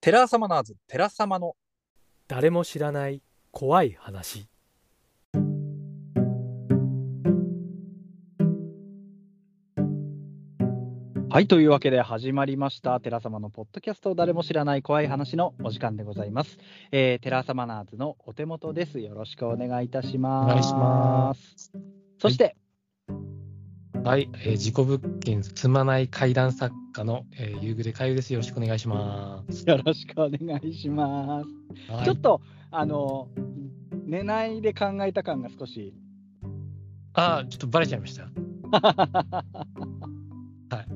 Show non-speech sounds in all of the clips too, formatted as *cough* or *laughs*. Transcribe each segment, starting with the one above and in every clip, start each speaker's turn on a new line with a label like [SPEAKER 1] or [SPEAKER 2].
[SPEAKER 1] テラサマナーズ、テラサマの。
[SPEAKER 2] 誰も知らない怖い話
[SPEAKER 3] はい、というわけで始まりました、寺様のポッドキャスト、誰も知らない怖い話のお時間でございます。えー、寺様ナーズのお手元です。よろしくお願いいたします。。
[SPEAKER 4] お願いします
[SPEAKER 3] そして、
[SPEAKER 4] はい、えー、自己物件進まない怪談作家の、えー、夕暮れかゆです。よろしくお願いします。
[SPEAKER 3] よろしくお願いします。
[SPEAKER 4] はい、
[SPEAKER 3] ちょっと、あの、寝ないで考えた感が少し。
[SPEAKER 4] あー、ちょっとバレちゃいました。
[SPEAKER 3] *laughs* はい。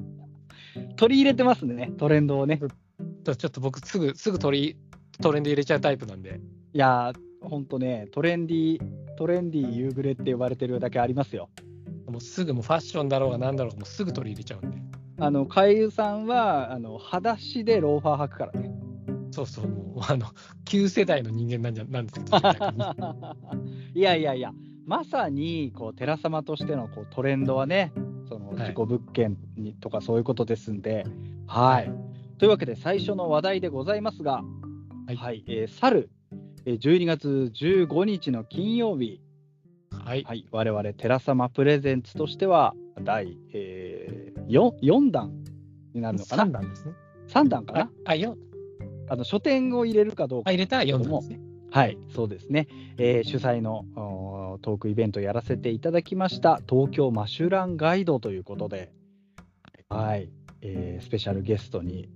[SPEAKER 3] 取り入れてますね、トレンドをね。
[SPEAKER 4] とちょっと僕すぐすぐ取りトレンド入れちゃうタイプなんで。
[SPEAKER 3] いやー、ほんとね、トレンディー、トレンディー夕暮れって呼ばれてるだけありますよ。
[SPEAKER 4] もうすぐもうファッションだろうがなんだろうがもうすぐ取り入れちゃうんで。
[SPEAKER 3] あの、かゆさんは、あの、裸足でローファー履くからね。
[SPEAKER 4] そうそうもうあの *laughs* 旧世代の人間なんじゃなんです
[SPEAKER 3] *laughs*
[SPEAKER 4] けど。逆に
[SPEAKER 3] いやいやいや、まさにこう寺様としてのこうトレンドはね、その
[SPEAKER 4] い
[SPEAKER 3] 事故物件にとかそういうことですんで、はい。というわけで最初の話題でございますが、は
[SPEAKER 4] はい
[SPEAKER 3] い、えー猿、えー12月15日の金曜日、
[SPEAKER 4] はい。
[SPEAKER 3] はい、我々寺様プレゼンツとしては第、え 4, 四弾になるのかな
[SPEAKER 4] 三、段ですね。
[SPEAKER 3] 3弾かな、
[SPEAKER 4] あ、あ四
[SPEAKER 3] あの書店を入れるかどうか
[SPEAKER 4] あ入れたら四段ですね。
[SPEAKER 3] はい、そうですね、えー主催のおートークイベントをやらせていただきました、東京マシュランガイドということで、はいえースペシャルゲストに、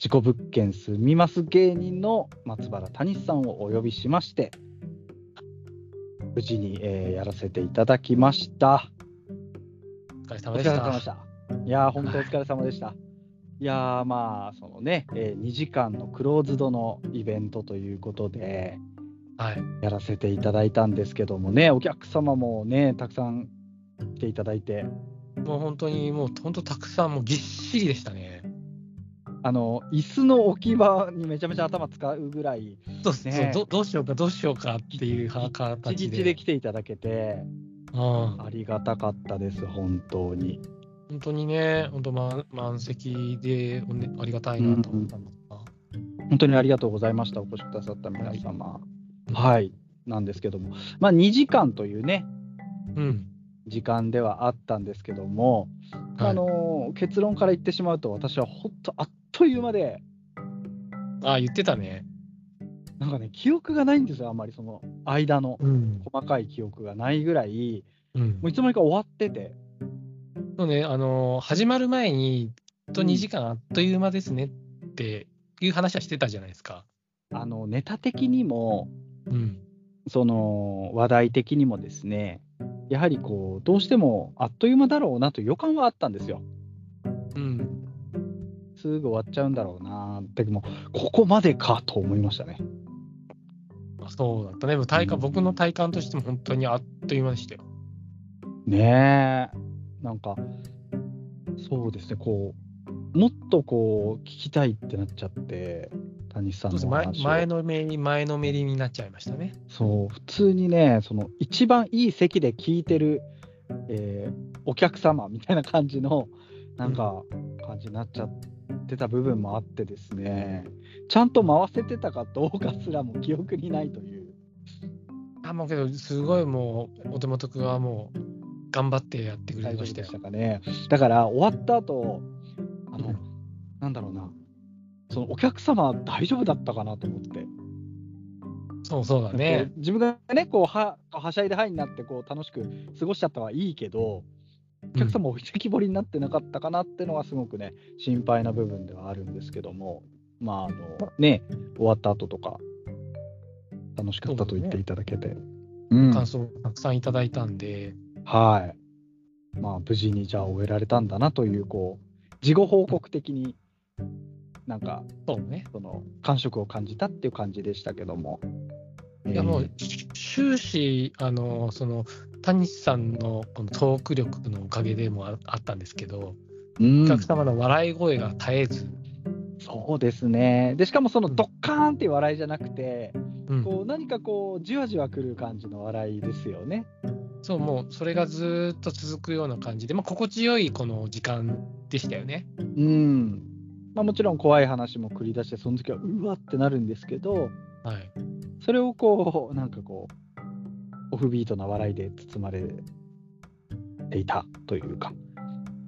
[SPEAKER 3] 自己物件住みます芸人の松原谷さんをお呼びしまして、無事に、えーやらせていただきました。
[SPEAKER 4] お疲れ
[SPEAKER 3] お疲れ
[SPEAKER 4] 様でし。
[SPEAKER 3] 様でしたた。いやー、本当お疲れ様でした。いやー、まあ、そのね、え2時間のクローズドのイベントということで、
[SPEAKER 4] はい。
[SPEAKER 3] やらせていただいたんですけどもね、お客様もね、たくさん来ていただいて、
[SPEAKER 4] もう本当にもう本当たくさんもうぎっしりでしたね。
[SPEAKER 3] あの椅子の置き場にめちゃめちゃ頭使うぐらい、
[SPEAKER 4] そうです
[SPEAKER 3] ね
[SPEAKER 4] ね。どどうしようかどうしようかっていう
[SPEAKER 3] 一
[SPEAKER 4] 形
[SPEAKER 3] 日
[SPEAKER 4] で。
[SPEAKER 3] で来ていただけて、
[SPEAKER 4] うん。
[SPEAKER 3] ありがたかったです、本当に。
[SPEAKER 4] 本当にね、本当満満席で、ほんでありがたいなと思ったんですが、
[SPEAKER 3] 本当にありがとうございました、お越しくださった皆様。はい、なんですけども、まあ、2時間というね、
[SPEAKER 4] うん、
[SPEAKER 3] 時間ではあったんですけども、
[SPEAKER 4] はい
[SPEAKER 3] あの結論から言ってしまうと、私は本当、あっという間で、
[SPEAKER 4] あ言ってたね、
[SPEAKER 3] なんかね、記憶がないんですよ、あんまりその間の。
[SPEAKER 4] うん、
[SPEAKER 3] 細かい記憶がないぐらい、
[SPEAKER 4] うん
[SPEAKER 3] もういつの間にか終わってて、
[SPEAKER 4] そうね、あの始まる前に、ほんと2時間あっという間ですねっていう話はしてたじゃないですか、
[SPEAKER 3] あのネタ的にも、
[SPEAKER 4] うん、
[SPEAKER 3] その話題的にもですね、やはりこう、どうしてもあっという間だろうなという予感はあったんですよ。
[SPEAKER 4] うん、
[SPEAKER 3] すぐ終わっちゃうんだろうなって、でもここまでかと思いましたね。
[SPEAKER 4] まあそうだったね、でも体感、僕の体感としても本当にあっという間でしたよ。
[SPEAKER 3] ねえ、なんか、そうですね、こう、もっとこう、聞きたいってなっちゃって、谷さん
[SPEAKER 4] そう
[SPEAKER 3] の
[SPEAKER 4] です
[SPEAKER 3] お
[SPEAKER 4] 前
[SPEAKER 3] 話を
[SPEAKER 4] 前のめり、前のめりになっちゃいましたね。
[SPEAKER 3] そう普通にねその一番いい席で聞いてる、えーお客様みたいな感じのなんか感じになっちゃってた部分もあってですねちゃんと回せてたかどうかすらも記憶にないという
[SPEAKER 4] あもうけど、すごいもう、お手元君はもう、頑張ってやってく
[SPEAKER 3] 大
[SPEAKER 4] れて
[SPEAKER 3] 丈
[SPEAKER 4] ま
[SPEAKER 3] 夫
[SPEAKER 4] し
[SPEAKER 3] で
[SPEAKER 4] たよ
[SPEAKER 3] し。たかねだから終わった後あの、
[SPEAKER 4] うん
[SPEAKER 3] なんだろうなそのお客様大丈夫だったかなと思って、
[SPEAKER 4] そうそうだ
[SPEAKER 3] こ
[SPEAKER 4] ね
[SPEAKER 3] う。自分がねこうははしゃいでハイになってこう楽しく過ごしちゃったはいいけど、お客様置いてきぼりになってなかったかなってのがすごくね心配な部分ではあるんですけどもまああのね終わった後とか楽しかったと言っていただけてう,、ん
[SPEAKER 4] 感想をたくさんいただいたんで、
[SPEAKER 3] はいまあ無事にじゃあ終えられたんだなというこう事後報告的になんか
[SPEAKER 4] そうね。
[SPEAKER 3] その感触を感じたっていう感じでしたけども
[SPEAKER 4] いやも
[SPEAKER 3] え
[SPEAKER 4] う
[SPEAKER 3] ー、
[SPEAKER 4] し終始、あの、その、谷さんのこのトーク力のおかげでもああったんですけど、
[SPEAKER 3] うん
[SPEAKER 4] お客様の笑い声が絶えず、
[SPEAKER 3] そうですねでしかもそのドッカーンっていう笑いじゃなくて、
[SPEAKER 4] うん
[SPEAKER 3] こう何かこうじわじわくる感じの笑いですよね。
[SPEAKER 4] そう、もう、それがずーっと続くような感じで、まあ、心地よいこの時間でしたよね。
[SPEAKER 3] うん。まあ、もちろん怖い話も繰り出してその時はうわってなるんですけど
[SPEAKER 4] はい。
[SPEAKER 3] それをこうなんかこうオフビートな笑いで包まれていたというか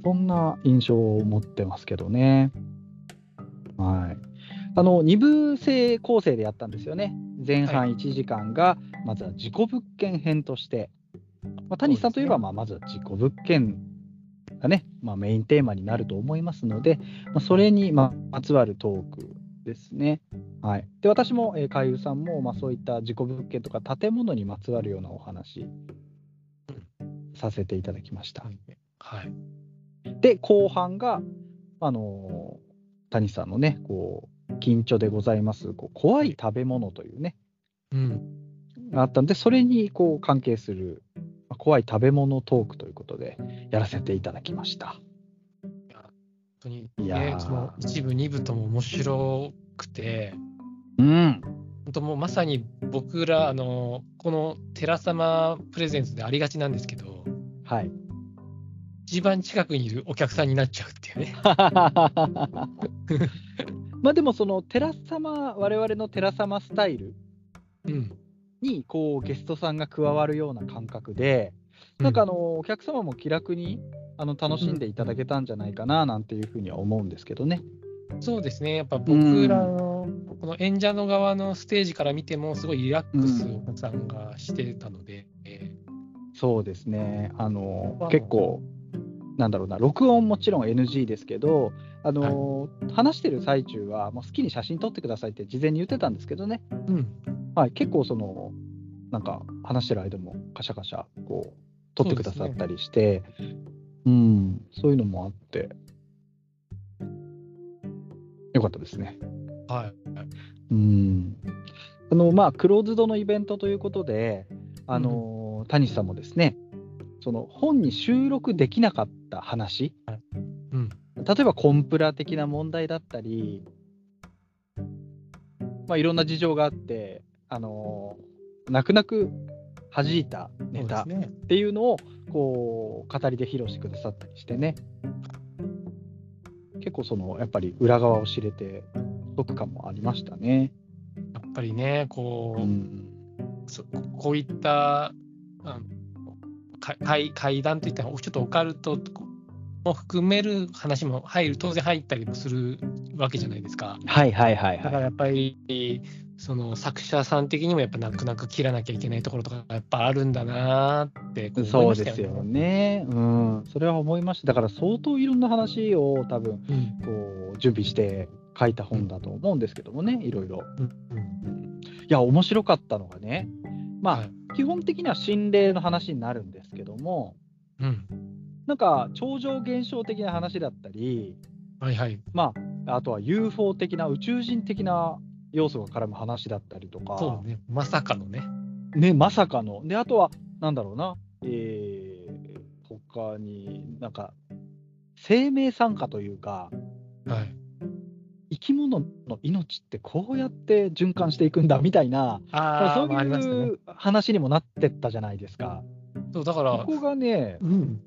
[SPEAKER 3] そんな印象を持ってますけどね。はい、あの2部制構成でやったんですよね。前
[SPEAKER 4] は
[SPEAKER 3] 半1時間がまずは事故物件編として、まあ、谷さんといえばまあまずは事故物件がね、まあ、メインテーマになると思いますので、まあ、それにまあまつわるトークですね。はい、で私も、えー、海遊さんも、まあ、そういった事故物件とか建物にまつわるようなお話させていただきました。
[SPEAKER 4] はい。
[SPEAKER 3] で後半が、あのー谷さんのねこう緊張でございますこう怖い食べ物というね
[SPEAKER 4] うん。
[SPEAKER 3] あったのでそれにこう関係するまあ怖い食べ物トークということでやらせていただきました。
[SPEAKER 4] 本当に、
[SPEAKER 3] いや
[SPEAKER 4] ね
[SPEAKER 3] ー、
[SPEAKER 4] その一部、二部とも面白くて、
[SPEAKER 3] うん、
[SPEAKER 4] 本当もうまさに僕ら、あの、この寺様プレゼンツでありがちなんですけど、
[SPEAKER 3] はい *laughs*
[SPEAKER 4] 一番近くにいるお客さんになっちゃうっていうね。
[SPEAKER 3] まあでもその寺様我々の寺様スタイル
[SPEAKER 4] うん。
[SPEAKER 3] にこうゲストさんが加わるような感覚で、なんかあのお客様も気楽にあの楽しんでいただけたんじゃないかななんていうふうには思うんですけどね。
[SPEAKER 4] そうですね、やっぱ僕らの、この演者の側のステージから見ても、すごいリラックス
[SPEAKER 3] う
[SPEAKER 4] お客さんがしてたので、え
[SPEAKER 3] そうですねあの
[SPEAKER 4] あ
[SPEAKER 3] 結構なんだろうな録音もちろん NG ですけどあの、話してる最中はもう好きに写真撮ってくださいって事前に言ってたんですけどね、
[SPEAKER 4] ーうん、
[SPEAKER 3] はい、結構そのなんか話してる間もカシャカシャこう撮ってくださったりしてうんそういうのもあってよかったですね。
[SPEAKER 4] はい、はい
[SPEAKER 3] うんあのまあ、クローズドのイベントということで、あの谷さんもですねその本に収録できなかった話
[SPEAKER 4] うん、
[SPEAKER 3] 例えばコンプラ的な問題だったり、まあ、いろんな事情があって、あの泣く泣く弾いたネタ
[SPEAKER 4] そうですね。
[SPEAKER 3] っていうのをこう語りで披露してくださったりしてね結構そのやっぱり裏側を知れて得感もありましたね。
[SPEAKER 4] やっぱりね、こ
[SPEAKER 3] う
[SPEAKER 4] う、
[SPEAKER 3] ん
[SPEAKER 4] そこういった、あのか会会談といったら、ちょっとオカルトも含める話も入る、当然入ったりもするわけじゃないですか。
[SPEAKER 3] はいはいはい
[SPEAKER 4] だから
[SPEAKER 3] はい。
[SPEAKER 4] やっぱり、その作者さん的にもやっぱ泣く泣く切らなきゃいけないところとかやっぱあるんだなーってこ思い
[SPEAKER 3] そ
[SPEAKER 4] ま
[SPEAKER 3] う
[SPEAKER 4] した
[SPEAKER 3] ですよ。ね。うん。それは思いました。だから相当いろんな話を多分
[SPEAKER 4] うん
[SPEAKER 3] こう準備して書いた本だと思うんですけどもね、いろいろ。
[SPEAKER 4] うん
[SPEAKER 3] いや、面白かったのがね、
[SPEAKER 4] は
[SPEAKER 3] ま
[SPEAKER 4] い
[SPEAKER 3] あ、基本的には心霊の話になるんですけども、
[SPEAKER 4] うん、
[SPEAKER 3] なんか超常現象的な話だったり、
[SPEAKER 4] はいはい。
[SPEAKER 3] まあ、あとは UFO 的な宇宙人的な要素が絡む話だったりとか、
[SPEAKER 4] そうね。まさかのね。
[SPEAKER 3] ね、まさかの。で、あとは、なんだろうな、えー、他になんか、生命参加というか、
[SPEAKER 4] はい。
[SPEAKER 3] 生き物の命ってこうやって循環していくんだみたいな、
[SPEAKER 4] あ
[SPEAKER 3] そ
[SPEAKER 4] ーまあ、あり
[SPEAKER 3] う
[SPEAKER 4] ました
[SPEAKER 3] い
[SPEAKER 4] ね。
[SPEAKER 3] う話にもなってったじゃないですか。
[SPEAKER 4] そうだか
[SPEAKER 3] こ
[SPEAKER 4] ら、
[SPEAKER 3] こがね、
[SPEAKER 4] うん、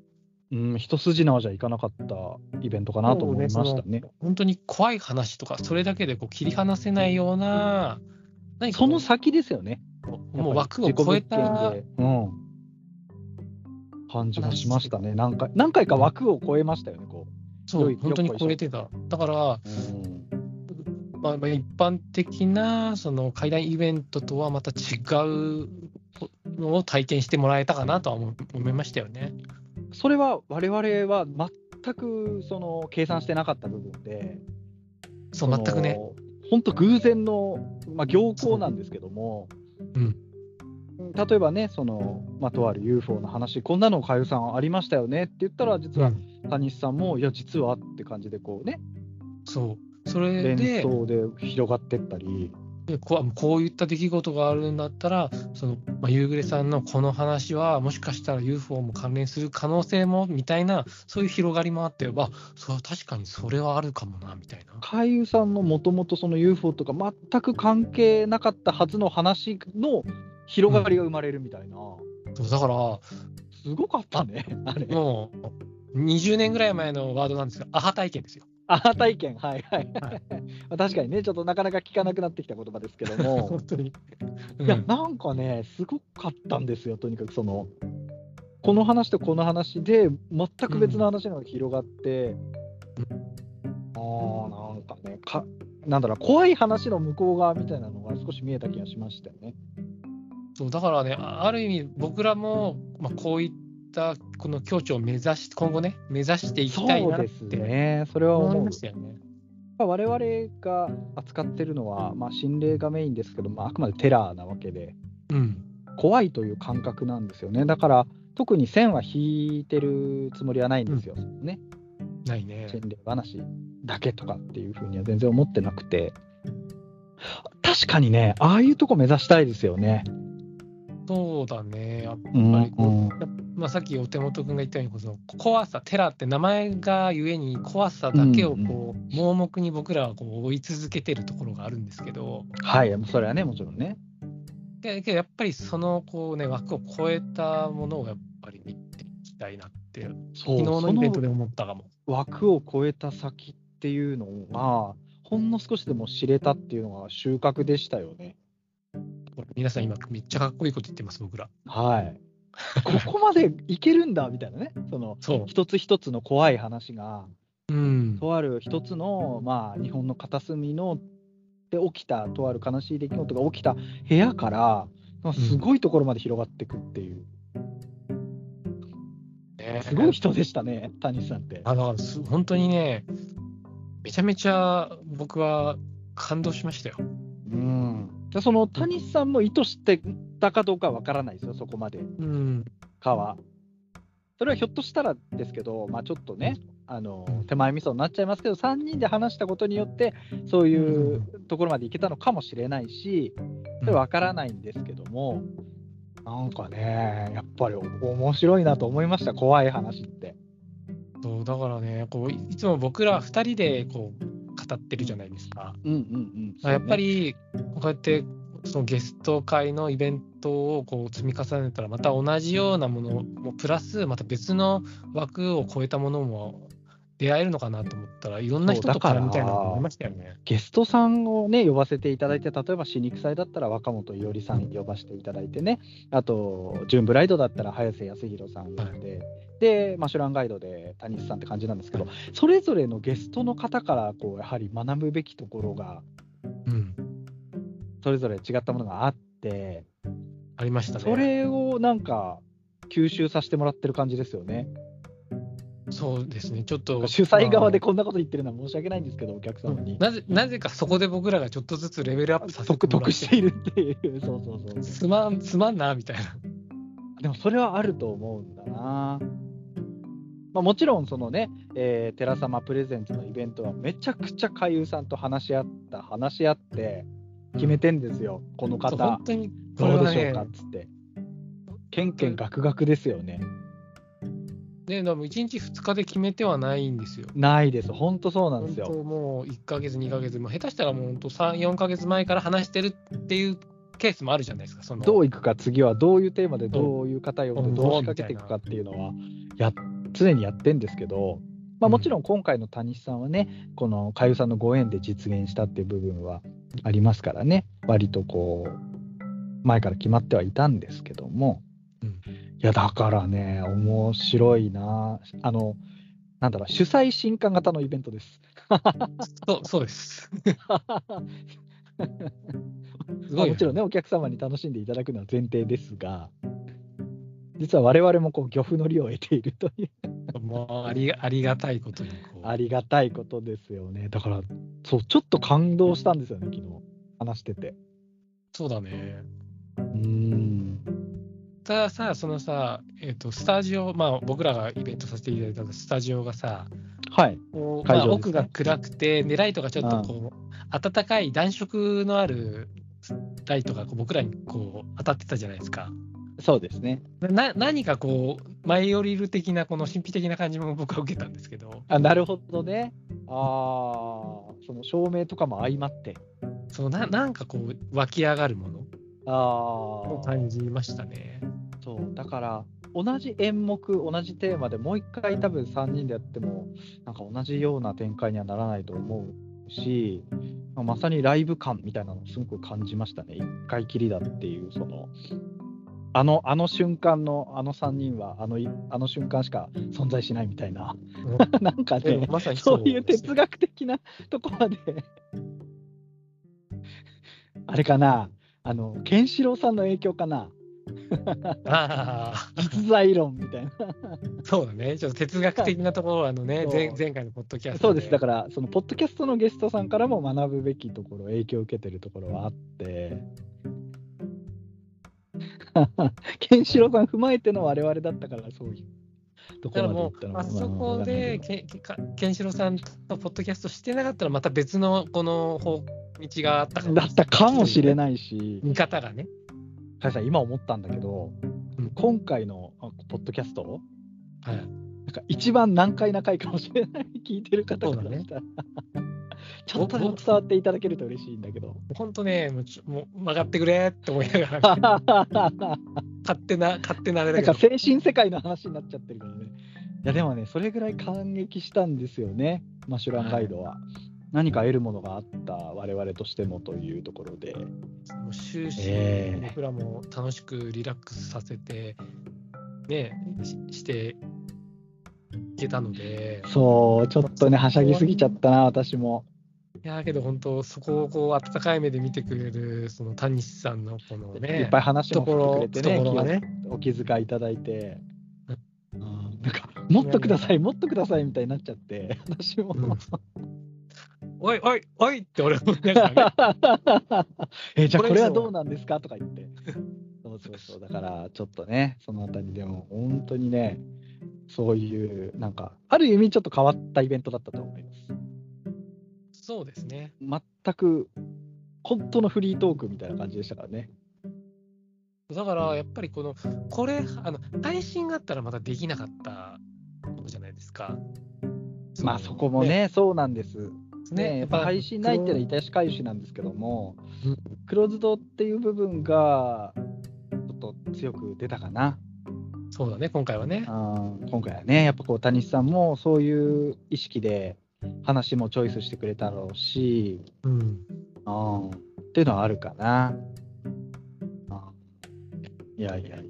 [SPEAKER 3] うん、一筋縄じゃいかなかったイベントかなと思いましたね。
[SPEAKER 4] 本当に怖い話とか、それだけでこう切り離せないような、何か
[SPEAKER 3] そ
[SPEAKER 4] こう
[SPEAKER 3] の先ですよね。
[SPEAKER 4] もう枠を超え
[SPEAKER 3] やっぱり
[SPEAKER 4] た
[SPEAKER 3] 自己物件でうん、感じがしましたね。何回何回か枠を超えましたよね、こ
[SPEAKER 4] そう、
[SPEAKER 3] よい
[SPEAKER 4] 本当に超えてた。だから、
[SPEAKER 3] う。うん
[SPEAKER 4] まあ、まあ一般的なその会談イベントとはまた違うのを体験してもらえたかなとは思う思いましたよね。
[SPEAKER 3] それは我々は全くその計算してなかった部分で、
[SPEAKER 4] そう、全くね。
[SPEAKER 3] その。本当偶然の、まあ、行幸なんですけども、
[SPEAKER 4] うん
[SPEAKER 3] 例えばね、そのまあ、とある UFO の話、こんなの、かゆさんありましたよねって言ったら、実は
[SPEAKER 4] うん
[SPEAKER 3] 谷さんも、いや、実はって感じで、こうね、
[SPEAKER 4] そう。それ
[SPEAKER 3] 連
[SPEAKER 4] で、
[SPEAKER 3] 想で広がってったり、
[SPEAKER 4] でこうこういった出来事があるんだったら、そのまあ、夕暮れさんのこの話は、もしかしたら UFO も関連する可能性もみたいな、そういう広がりもあって、あそう確かにそれはあるかもなみたいな。
[SPEAKER 3] 海遊さんのもともとその UFO とか全く関係なかったはずの話の広がりが生まれるみたいな、
[SPEAKER 4] そうだから、
[SPEAKER 3] すごかったね、あれ。
[SPEAKER 4] もう20年ぐらい前のワードなんですが、アハ体験ですよ。
[SPEAKER 3] アハ体験、はいはい。
[SPEAKER 4] は
[SPEAKER 3] *laughs* まあ確かにね、ちょっとなかなか聞かなくなってきた言葉ですけども
[SPEAKER 4] 本、当に。 *laughs* うん
[SPEAKER 3] いや、なんかね、すごかったんですよ、とにかくその、この話とこの話で、全く別の話のが広がって、ああ、なんかねか、なんだろう、怖い話の向こう側みたいなのが少し見えた気がしましたよね。
[SPEAKER 4] そうだからね、あある意味、僕らも、まあ、こういったこの境地を目指し、今後ね、目指していきたい
[SPEAKER 3] そう
[SPEAKER 4] なっ
[SPEAKER 3] です
[SPEAKER 4] て
[SPEAKER 3] ね、それは
[SPEAKER 4] 思
[SPEAKER 3] 思
[SPEAKER 4] いうま。したよね。
[SPEAKER 3] まあ我々が扱ってるのは、まあ、心霊がメインですけど、まあ、あくまでテラーなわけで、
[SPEAKER 4] うん、
[SPEAKER 3] 怖いという感覚なんですよね。だから、特に線は引いてるつもりはないんですよ、ね。
[SPEAKER 4] ないね。
[SPEAKER 3] 心霊話だけとかっていうふうには全然思ってなくて。確かにね、ああいうとこ目指したいですよね。
[SPEAKER 4] そうだね。やっぱ
[SPEAKER 3] うん
[SPEAKER 4] りこうまあ、さっきお手元君が言ったようにこの怖さテラーって名前がゆえに怖さだけをこう、盲目に僕らはこう追い続けてるところがあるんですけど
[SPEAKER 3] はい、それはね、もちろんね。
[SPEAKER 4] でけどやっぱりそのこう、ね、枠を超えたものをやっぱり見ていきたいなって昨
[SPEAKER 3] そう
[SPEAKER 4] 日のイベント
[SPEAKER 3] そ
[SPEAKER 4] で思ったかも。
[SPEAKER 3] 枠を超えた先っていうのが、ほんの少しでも知れたっていうのが収穫でしたよね。
[SPEAKER 4] これ皆さん今めっちゃかっこいいこと言ってます僕ら。
[SPEAKER 3] はい。ここまでいけるんだみたいなね、その
[SPEAKER 4] そ
[SPEAKER 3] 一つ一つの怖い話が、
[SPEAKER 4] う。うん。
[SPEAKER 3] とある一つの、まあ、日本の片隅ので起きた、とある悲しい出来事が起きた部屋から、まあすごいところまで広がっていくっていう、
[SPEAKER 4] ね
[SPEAKER 3] すごい人でしたね、谷さんって。
[SPEAKER 4] あだからす本当にねめちゃめちゃ僕は感動しましたよ。
[SPEAKER 3] うん、でその谷さんも意図してたかどうかは分からないですよ、そこまで
[SPEAKER 4] うん。
[SPEAKER 3] かは。それはひょっとしたらですけど、まあ、ちょっとね、あの手前味噌になっちゃいますけど、3人で話したことによって、そういうところまでいけたのかもしれないし、それわからないんですけども、なんかね、やっぱり面白いなと思いました、怖い話って。
[SPEAKER 4] そうだからねこういいつも僕ら2人でこう語ってるじゃないですか。
[SPEAKER 3] うんうん
[SPEAKER 4] だからやっぱ、りこうやってそのゲスト会のイベントをこう積み重ねたらまた同じようなものもプラスまた別の枠を超えたものも出会えるのかなと思ったらいろんな人
[SPEAKER 3] そ
[SPEAKER 4] と
[SPEAKER 3] うだから
[SPEAKER 4] 絡みたいなと思いましたよね。
[SPEAKER 3] ゲストさんをね、呼ばせていただいて、例えば、死肉祭だったら若本伊織さん呼ばせていただいてね、あと、ジューンブライドだったら早瀬康弘さん呼んで、で、マシュランガイドで谷地さんって感じなんですけど、それぞれのゲストの方から、こう、やはり学ぶべきところが、
[SPEAKER 4] うん、
[SPEAKER 3] それぞれ違ったものがあって、
[SPEAKER 4] ありましたね。
[SPEAKER 3] それをなんか、吸収させてもらってる感じですよね。
[SPEAKER 4] そうですねちょっと
[SPEAKER 3] 主催側でこんなこと言ってるのは申し訳ないんですけど、お客
[SPEAKER 4] まあ
[SPEAKER 3] 様に。
[SPEAKER 4] なぜなぜかそこで僕らがちょっとずつレベルアップさせてもら
[SPEAKER 3] 得得
[SPEAKER 4] って
[SPEAKER 3] しているっていう、そうそうそう。
[SPEAKER 4] *laughs* すまんすまんなみたいな。
[SPEAKER 3] でもそれはあると思うんだな。まあ、もちろん、そのね、えー、寺様プレゼンツのイベントは、めちゃくちゃ海優さんと話し合った、話し合って、決めてんですよ、この
[SPEAKER 4] そう
[SPEAKER 3] 方
[SPEAKER 4] 本、当にこれ
[SPEAKER 3] どう
[SPEAKER 4] は
[SPEAKER 3] でしょ
[SPEAKER 4] ね
[SPEAKER 3] うかっつって。けんけんがくがくですよね。
[SPEAKER 4] ね、でも1日2日で決めてはないんですよ。
[SPEAKER 3] ないです、本当そうなんですよ。
[SPEAKER 4] 本当もう1ヶ月、2ヶ月、もう下手したらもう本当3、4ヶ月前から話してるっていうケースもあるじゃないですか、その
[SPEAKER 3] どういくか、次はどういうテーマで、どういう方呼ん
[SPEAKER 4] う
[SPEAKER 3] で、
[SPEAKER 4] ん
[SPEAKER 3] どう仕掛けていくかっていうのは、や常にやってんですけど、まあ、もちろん今回の谷さんはね、このかゆさんのご縁で実現したっていう部分はありますからね、割とこう、前から決まってはいたんですけども、
[SPEAKER 4] うん
[SPEAKER 3] いや、だからね、面白いな、あの、なんだろう、主催新刊型のイベントです。
[SPEAKER 4] *laughs* そうそう
[SPEAKER 3] *laughs*
[SPEAKER 4] です。 *laughs* す
[SPEAKER 3] ま
[SPEAKER 4] ご
[SPEAKER 3] あ
[SPEAKER 4] い
[SPEAKER 3] *laughs*
[SPEAKER 4] よ
[SPEAKER 3] もちろんね、お客様に楽しんでいただくのは前提ですが、実は我々もこう漁夫の利を得ているという、
[SPEAKER 4] もうありありがたいことにこう
[SPEAKER 3] ありがたいことですよね。だから、そう、ちょっと感動したんですよね、昨日話してて。
[SPEAKER 4] そうだね。
[SPEAKER 3] うん。
[SPEAKER 4] たださ、そのさ、えっとスタジオ、まあ、僕らがイベントさせていただいたスタジオがさ、
[SPEAKER 3] はい。
[SPEAKER 4] こう
[SPEAKER 3] 会
[SPEAKER 4] ま
[SPEAKER 3] 場
[SPEAKER 4] あ、
[SPEAKER 3] ですね
[SPEAKER 4] 奥が暗くて、でライトがちょっとこう、暖かい暖色のあるライトがこう僕らにこう当たってたじゃないですか。
[SPEAKER 3] そうですね。
[SPEAKER 4] な何かこう前よりる的なこの神秘的な感じも僕は受けたんですけど
[SPEAKER 3] あなるほどね。ああ、その照明とかも相まって。
[SPEAKER 4] そのななんかこう湧き上がるもの
[SPEAKER 3] あ
[SPEAKER 4] を
[SPEAKER 3] あ、 *laughs*
[SPEAKER 4] 感じましたね。
[SPEAKER 3] そうだから同じ演目同じテーマでもう一回多分3人でやってもなんか同じような展開にはならないと思うし、まあまさにライブ感みたいなのをすごく感じましたね1回きりだっていうそのあのあの瞬間のあの3人はあのいあの瞬間しか存在しないみたいな *laughs* なんかね
[SPEAKER 4] まさに
[SPEAKER 3] そういう
[SPEAKER 4] ですね
[SPEAKER 3] 哲学的なとこまで。あれかなあの、ケンシロウさんの影響かな
[SPEAKER 4] ああ
[SPEAKER 3] 実在論みたいな。
[SPEAKER 4] そうだね、ちょっと哲学的なところはあのね、
[SPEAKER 3] そう
[SPEAKER 4] 前前回のポッドキャスト
[SPEAKER 3] そうです。だから、その、ポッドキャストのゲストさんからも学ぶべきところ、影響を受けてるところはあって。 *laughs* ケンシロウさん踏まえての我々だったから、そういうとこ
[SPEAKER 4] だから
[SPEAKER 3] ろまで行
[SPEAKER 4] も
[SPEAKER 3] った
[SPEAKER 4] う、
[SPEAKER 3] の
[SPEAKER 4] あ
[SPEAKER 3] ま
[SPEAKER 4] そ
[SPEAKER 3] わ
[SPEAKER 4] こ
[SPEAKER 3] かんない
[SPEAKER 4] で
[SPEAKER 3] けど
[SPEAKER 4] けけかケンシロウさんとポッドキャストしてなかったら、また別のこの方道があったかも
[SPEAKER 3] だったかもしれ
[SPEAKER 4] い。
[SPEAKER 3] ないし。
[SPEAKER 4] 見方がね。
[SPEAKER 3] 加谷さん、今思ったんだけど
[SPEAKER 4] うん、
[SPEAKER 3] 今回のあポッドキャスト、
[SPEAKER 4] はい、
[SPEAKER 3] なんか一番難解な回かもしれない、聞いてる方からしたら。 *laughs* ちょっとでも伝わっていただけると嬉しいんだけ *laughs* ど。
[SPEAKER 4] 本当ね、もうちょもう曲がってくれって思いながら、
[SPEAKER 3] な
[SPEAKER 4] 勝手な、勝手なあれだ
[SPEAKER 3] ん
[SPEAKER 4] け
[SPEAKER 3] か
[SPEAKER 4] ど、
[SPEAKER 3] 精神世界の話になっちゃってるからね。いやでもね、それぐらい感激したんですよね、マシュランガイドは。何か得るものがあった我々としてもというところで。
[SPEAKER 4] もう終始、
[SPEAKER 3] ええ
[SPEAKER 4] 僕らも楽しくリラックスさせて、ね、ししていけたので。
[SPEAKER 3] そう、ちょっとね、はしゃぎすぎちゃったな、私も。
[SPEAKER 4] いやーけど本当そこをこう温かい目で見てくれるそのタニシさんのこの
[SPEAKER 3] い
[SPEAKER 4] ね
[SPEAKER 3] っぱい話も振ってくれてね
[SPEAKER 4] 懐懐がね
[SPEAKER 3] 気をお気遣いいただいて、うんなんかもっとくださいもっとくださいみたいになっちゃって私も、
[SPEAKER 4] うん *laughs* おいおいおいって俺も思いなが
[SPEAKER 3] *laughs*
[SPEAKER 4] らね
[SPEAKER 3] えじゃあ
[SPEAKER 4] これ以上は
[SPEAKER 3] これはどうなんですかとか言 *laughs* ってそうそうそうだからちょっとねそのあたりでも本当にねそういうなんかある意味ちょっと変わったイベントだったと思います
[SPEAKER 4] そうですね
[SPEAKER 3] 全く本当のフリートークみたいな感じでしたからね
[SPEAKER 4] だからやっぱりこのこれあの配信があったらまたできなかったことじゃないですか
[SPEAKER 3] まあそこもねそうなんですねやっぱ配信ないってのは
[SPEAKER 4] 黒
[SPEAKER 3] 痛しかゆしなんですけども
[SPEAKER 4] うん、
[SPEAKER 3] クローズドっていう部分が、ちょっと強く出たかな、
[SPEAKER 4] そうだね今回はね
[SPEAKER 3] うん今回はね、やっぱこう、谷さんもそういう意識で話もチョイスしてくれたろうし、
[SPEAKER 4] うん
[SPEAKER 3] うん、っていうのはあるかな。うんいやいやいや。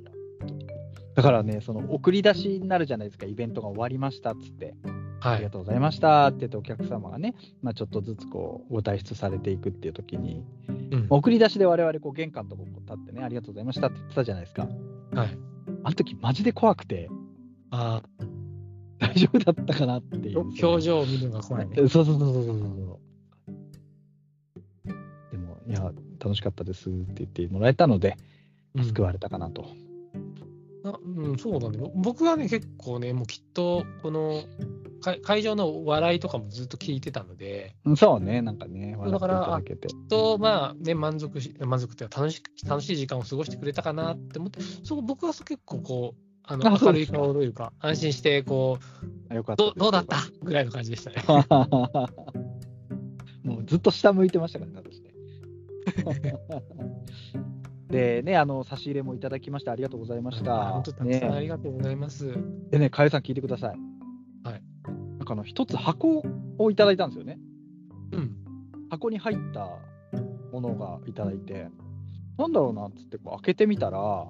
[SPEAKER 3] だからね、その送り出しになるじゃないですか、イベントが終わりましたっつって。あ
[SPEAKER 4] は
[SPEAKER 3] りが
[SPEAKER 4] い
[SPEAKER 3] とうございましたって言ってお客様がね、まあ、ちょっとずつこうご退出されていくっていう時に
[SPEAKER 4] うん
[SPEAKER 3] 送り出しで我々こう玄関のとここう立ってねありがとうございましたって言ってたじゃないですか
[SPEAKER 4] はい
[SPEAKER 3] あの時マジで怖くて
[SPEAKER 4] あ
[SPEAKER 3] 大丈夫だったかなってい
[SPEAKER 4] ー
[SPEAKER 3] う
[SPEAKER 4] 表情を見るのが怖いね
[SPEAKER 3] *laughs* そうそうそうそうそうそうそうでもいや楽しかったですって言ってもらえたので
[SPEAKER 4] うん
[SPEAKER 3] 救われたかなと、
[SPEAKER 4] なうん、そうだね。ぼ僕はね、結構ね、もうきっと、この会会場の笑いとかもずっと聞いてたので、
[SPEAKER 3] そうねなんかね
[SPEAKER 4] そ
[SPEAKER 3] 笑
[SPEAKER 4] う
[SPEAKER 3] って
[SPEAKER 4] だか
[SPEAKER 3] いた
[SPEAKER 4] ら
[SPEAKER 3] だけて
[SPEAKER 4] きっと、まあ、ね、満足し、満足っていうか楽しく、楽しい時間を過ごしてくれたかなって思って、そう僕はそう結構こう、あの
[SPEAKER 3] あそ
[SPEAKER 4] 明
[SPEAKER 3] う
[SPEAKER 4] る
[SPEAKER 3] で
[SPEAKER 4] い
[SPEAKER 3] すか
[SPEAKER 4] 顔というか、安心して、こう、
[SPEAKER 3] あよかった
[SPEAKER 4] ど
[SPEAKER 3] で
[SPEAKER 4] う
[SPEAKER 3] す
[SPEAKER 4] どうだったぐらいの感じでした
[SPEAKER 3] *laughs*
[SPEAKER 4] ね。
[SPEAKER 3] もうずっと下向いてましたからね、私ね。
[SPEAKER 4] *laughs*
[SPEAKER 3] でね、あの差し入れもいただきまして、ありがとうございました。
[SPEAKER 4] *laughs* 本当たくさんあ
[SPEAKER 3] ね、
[SPEAKER 4] りがとうございます。
[SPEAKER 3] でね、かゆさん、聞いてください。
[SPEAKER 4] はい。
[SPEAKER 3] なんかあの、一つ箱をいただいたんですよね。
[SPEAKER 4] うん。
[SPEAKER 3] 箱に入ったものがいただいて、なんだろうなっつってこう開けてみたら、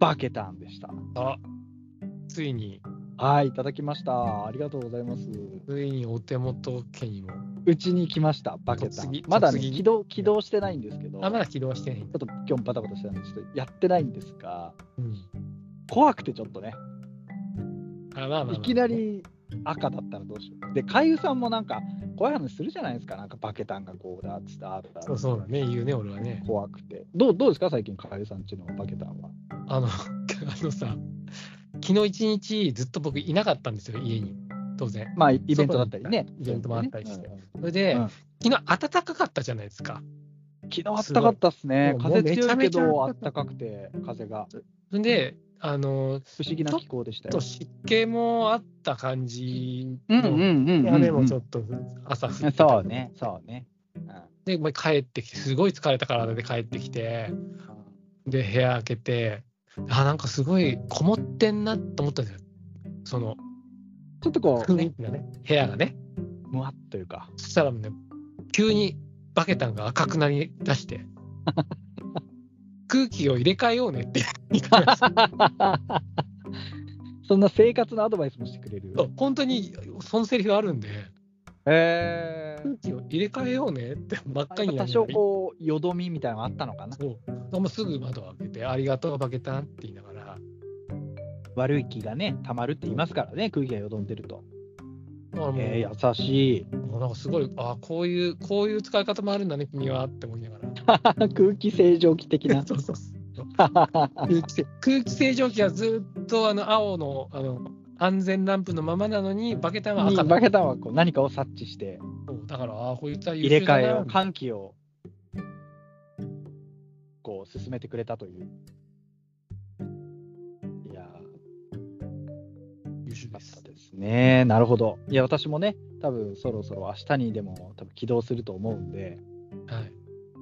[SPEAKER 3] バケタンでした。
[SPEAKER 4] あ、ついに、
[SPEAKER 3] はい、いただきました。ありがとうございます。
[SPEAKER 4] ついにお手元家にも。
[SPEAKER 3] うちに来ました、バケタ
[SPEAKER 4] 突
[SPEAKER 3] ン
[SPEAKER 4] 撃。
[SPEAKER 3] まだ
[SPEAKER 4] 突
[SPEAKER 3] ね、
[SPEAKER 4] 撃
[SPEAKER 3] 起動起動してないんですけど、
[SPEAKER 4] あ、まだ起動はしてない
[SPEAKER 3] ちょ。っと今日バタバタしてたんで、ちょっとやってないんですが、
[SPEAKER 4] うん。
[SPEAKER 3] 怖くてちょっとね、
[SPEAKER 4] あ、まあまあまあ
[SPEAKER 3] いきな。り赤だったらどうしよう。で、海遊さんもなんか、怖い話するじゃないですか、なんかバケタンがこうだっつってあった
[SPEAKER 4] そうそうだね、言うね、俺はね。
[SPEAKER 3] 怖くて。どうどうですか、最近、海遊さんちのバケタンは。
[SPEAKER 4] あの、 *laughs* あのさ、昨日一日ずっと僕いなかったんですよ、家に。当然。
[SPEAKER 3] まあ、イベントだったりね。
[SPEAKER 4] イベントもあったりして
[SPEAKER 3] うんうん
[SPEAKER 4] それで、
[SPEAKER 3] うん
[SPEAKER 4] 昨日暖かかったじゃないですか。
[SPEAKER 3] 昨日あったかったっすね。
[SPEAKER 4] すごい
[SPEAKER 3] 風強い
[SPEAKER 4] もうめ
[SPEAKER 3] け
[SPEAKER 4] ちゃめちゃ
[SPEAKER 3] ど、あったかくて、風が。
[SPEAKER 4] それで、あの、
[SPEAKER 3] 不思議な気候でし
[SPEAKER 4] ち
[SPEAKER 3] た
[SPEAKER 4] ょっと
[SPEAKER 3] よ。
[SPEAKER 4] 湿気もあった感じ
[SPEAKER 3] うんうん
[SPEAKER 4] の、
[SPEAKER 3] うんうん。
[SPEAKER 4] 雨もちょっと朝降ってた
[SPEAKER 3] そうね、そうね。うん
[SPEAKER 4] で、まあ帰ってきて、すごい疲れた体で帰ってきて、で、部屋開けて、あ、なんかすごいこもってんなと思ったんですよ。その
[SPEAKER 3] ちょっとこう、
[SPEAKER 4] 雰囲
[SPEAKER 3] ね、
[SPEAKER 4] 気がね、部屋がね。
[SPEAKER 3] むわっというか、 *laughs*
[SPEAKER 4] そしたらね、急にバケタンが赤くなりだして、空気を入れ替えようねって言ったんですよ
[SPEAKER 3] そんな生活のアドバイスもしてくれる。
[SPEAKER 4] 本当にそのセリフあるんで、
[SPEAKER 3] え
[SPEAKER 4] 空気を入れ替えようねって真っ赤に
[SPEAKER 3] 多
[SPEAKER 4] なりな
[SPEAKER 3] 少
[SPEAKER 4] がら
[SPEAKER 3] こう、よどみみたいなのあったのかな。
[SPEAKER 4] そうもうすぐ窓を開けて、ありがとう、バケタンって言いながら、
[SPEAKER 3] 悪い気がね、溜まるって言いますからね、空気がよどんでると。
[SPEAKER 4] あもう
[SPEAKER 3] えー優
[SPEAKER 4] *laughs*
[SPEAKER 3] しい。
[SPEAKER 4] もうなんかすごい、あこういう、こういう使い方もあるんだね、君はって思いながら。。
[SPEAKER 3] 空気清浄機的な
[SPEAKER 4] そうそうそう *laughs* 空気空気清浄機はずっとあの青のあの安全ランプのままなのに、バケタンは
[SPEAKER 3] に
[SPEAKER 4] 赤だ
[SPEAKER 3] バケタンはこう何かを察知して、
[SPEAKER 4] そうだから、ああ、こいつは優
[SPEAKER 3] 入れ
[SPEAKER 4] 秀だ
[SPEAKER 3] 替え
[SPEAKER 4] な
[SPEAKER 3] を、換気を、こう、進めてくれたという。いやー
[SPEAKER 4] 優秀
[SPEAKER 3] か
[SPEAKER 4] で
[SPEAKER 3] った
[SPEAKER 4] す。
[SPEAKER 3] ですね。なるほど。いや、私もね、多分そろそろ明日にでも多分起動すると思うんで、
[SPEAKER 4] はい。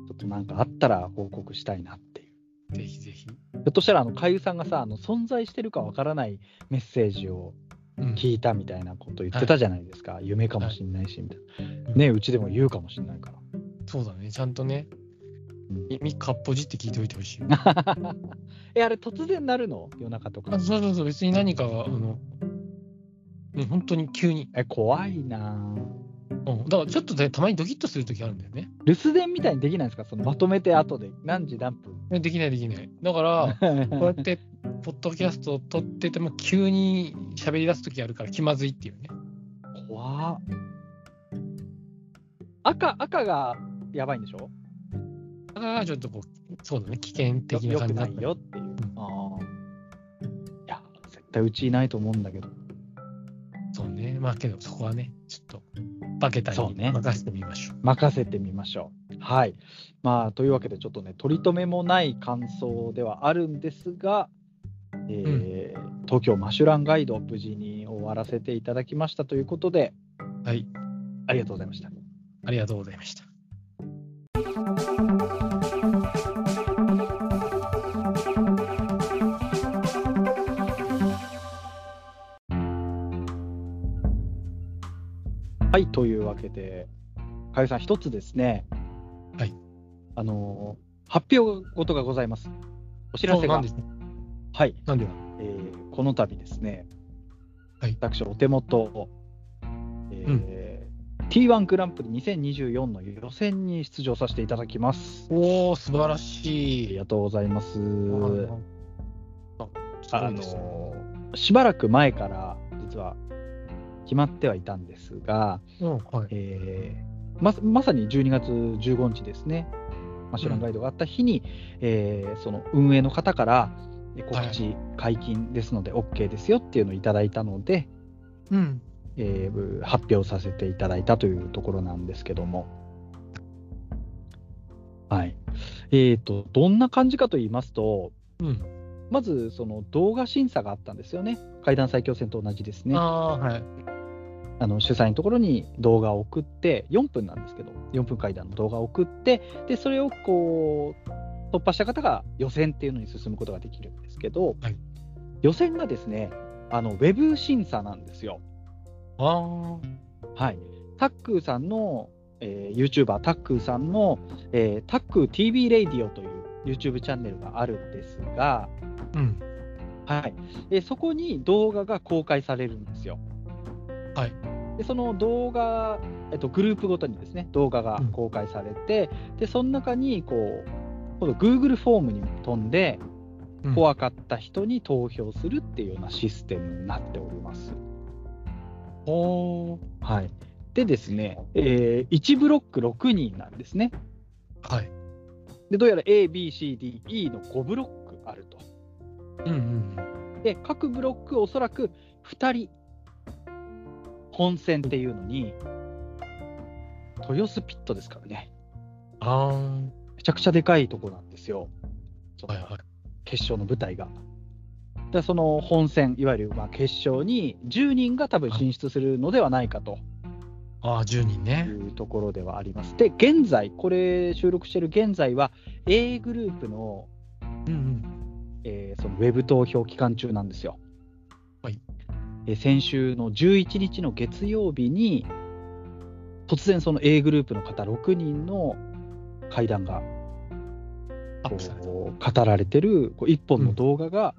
[SPEAKER 3] ちょっとなんかあったら報告したいなっていう。
[SPEAKER 4] ぜひぜひ。
[SPEAKER 3] ひょっとしたら、あの、かゆさんがさ、あの存在してるかわからないメッセージを
[SPEAKER 4] うん
[SPEAKER 3] 聞いたみたいなこと言ってたじゃないですか。夢かもしんないし、みたいな。
[SPEAKER 4] うん
[SPEAKER 3] ね、うちでも言うかもしんないから。
[SPEAKER 4] そうだね、ちゃんとね
[SPEAKER 3] うん、
[SPEAKER 4] 耳かっぽじって聞いておいてほしい。
[SPEAKER 3] *laughs* え、あれ、突然なるの夜中とか
[SPEAKER 4] あ。そうそうそう、別に何かが、あの、ね、本当に急に。
[SPEAKER 3] え、怖いなぁ
[SPEAKER 4] うん、だからちょっとね、たまにドキッとするときあるんだよね。
[SPEAKER 3] 留守電みたいにできないですかそのまとめて後で何時何分。
[SPEAKER 4] できない、できない。だから、こうやって、ポッドキャストを撮ってても、急に喋り出すときあるから気まずいっていうね。
[SPEAKER 3] 怖っ赤赤がやばいんでしょ
[SPEAKER 4] だから、ちょっとこう、そうだね、危険
[SPEAKER 3] よ
[SPEAKER 4] 的な
[SPEAKER 3] よ
[SPEAKER 4] 感
[SPEAKER 3] く
[SPEAKER 4] じだ
[SPEAKER 3] な
[SPEAKER 4] っ
[SPEAKER 3] い
[SPEAKER 4] た
[SPEAKER 3] よっていう、
[SPEAKER 4] ん
[SPEAKER 3] ああいや絶対うちいないと思うんだけど
[SPEAKER 4] そうね。まあ、けど、そこはね、ちょっと、バケタ
[SPEAKER 3] そう
[SPEAKER 4] に
[SPEAKER 3] ね
[SPEAKER 4] 任せてみましょう。
[SPEAKER 3] 任せてみましょうはいまあというわけでちょっとね取り留めもない感想ではあるんですが、えー東京マシュランガイド無事に終わらせていただきましたということで
[SPEAKER 4] はい。
[SPEAKER 3] ありがとうございました
[SPEAKER 4] ありがとうございました。
[SPEAKER 3] はいというわけでかゆさん一つですね
[SPEAKER 4] はい
[SPEAKER 3] あのー発表事がございますお知らせ
[SPEAKER 4] そうな
[SPEAKER 3] が
[SPEAKER 4] んですね
[SPEAKER 3] はい
[SPEAKER 4] なんでだ
[SPEAKER 3] えーこの度ですね、
[SPEAKER 4] はい
[SPEAKER 3] 私、お手元、えー T1 グランプリ2024の予選に出場させていただきます。
[SPEAKER 4] おお素晴ら
[SPEAKER 3] あ
[SPEAKER 4] し
[SPEAKER 3] り
[SPEAKER 4] い。
[SPEAKER 3] がとうございます。
[SPEAKER 4] あすご
[SPEAKER 3] あ
[SPEAKER 4] いですね
[SPEAKER 3] のーしばらく前から実は決まってはいたんですが、
[SPEAKER 4] うんはい
[SPEAKER 3] えーままさに12月15日ですね、マシュランガイドがあった日に、えーその運営の方からえ告知解禁ですので OK ですよっていうのをいただいたので、
[SPEAKER 4] うん
[SPEAKER 3] えー発表させていただいたというところなんですけども、はいえー、とどんな感じかと言いますと、
[SPEAKER 4] うん
[SPEAKER 3] まずその動画審査があったんですよね、怪談最強戦と同じですね、
[SPEAKER 4] あ
[SPEAKER 3] あ
[SPEAKER 4] あはい
[SPEAKER 3] の主催のところに動画を送って、4分なんですけど、4分怪談の動画を送って、でそれをこう突破した方が予選っていうのに進むことができるんですけど、
[SPEAKER 4] はい
[SPEAKER 3] 予選がですね、あのウェブ審査なんですよ。
[SPEAKER 4] あー
[SPEAKER 3] はい、タックーさんの、えー、YouTuber タックーさんの、えータックー TV レイディオという YouTube チャンネルがあるんですが、
[SPEAKER 4] うん
[SPEAKER 3] はいえーそこに動画が公開されるんですよ。
[SPEAKER 4] はい、
[SPEAKER 3] でその動画、えっと、グループごとにですね動画が公開されて、でその中にこう今度 Google フォームに飛んで、
[SPEAKER 4] うん
[SPEAKER 3] 怖かった人に投票するっていうようなシステムになっております。
[SPEAKER 4] おー
[SPEAKER 3] はい、でですね、え1ブロック6人なんですね。
[SPEAKER 4] はい
[SPEAKER 3] でどうやら A、B、C、D、E の5ブロックあると。
[SPEAKER 4] うんうん
[SPEAKER 3] で、各ブロックおそらく2人、本戦っていうのに、豊洲ピットですからね、
[SPEAKER 4] あー
[SPEAKER 3] めちゃくちゃでかいとこなんですよ、その
[SPEAKER 4] はいはい
[SPEAKER 3] 決勝の舞台が。でその本戦、いわゆるまあ決勝に10人が多分進出するのではないかと
[SPEAKER 4] ああ10人
[SPEAKER 3] と
[SPEAKER 4] ね
[SPEAKER 3] いうところではあります。で、現在、これ、収録している現在は、A グループの
[SPEAKER 4] うん
[SPEAKER 3] えーそのウェブ投票期間中なんですよ。
[SPEAKER 4] はい
[SPEAKER 3] えー先週の11日の月曜日に突然その A グループの方6人の会談が
[SPEAKER 4] うん。アップされた。
[SPEAKER 3] こう語られてるこう1本の動画が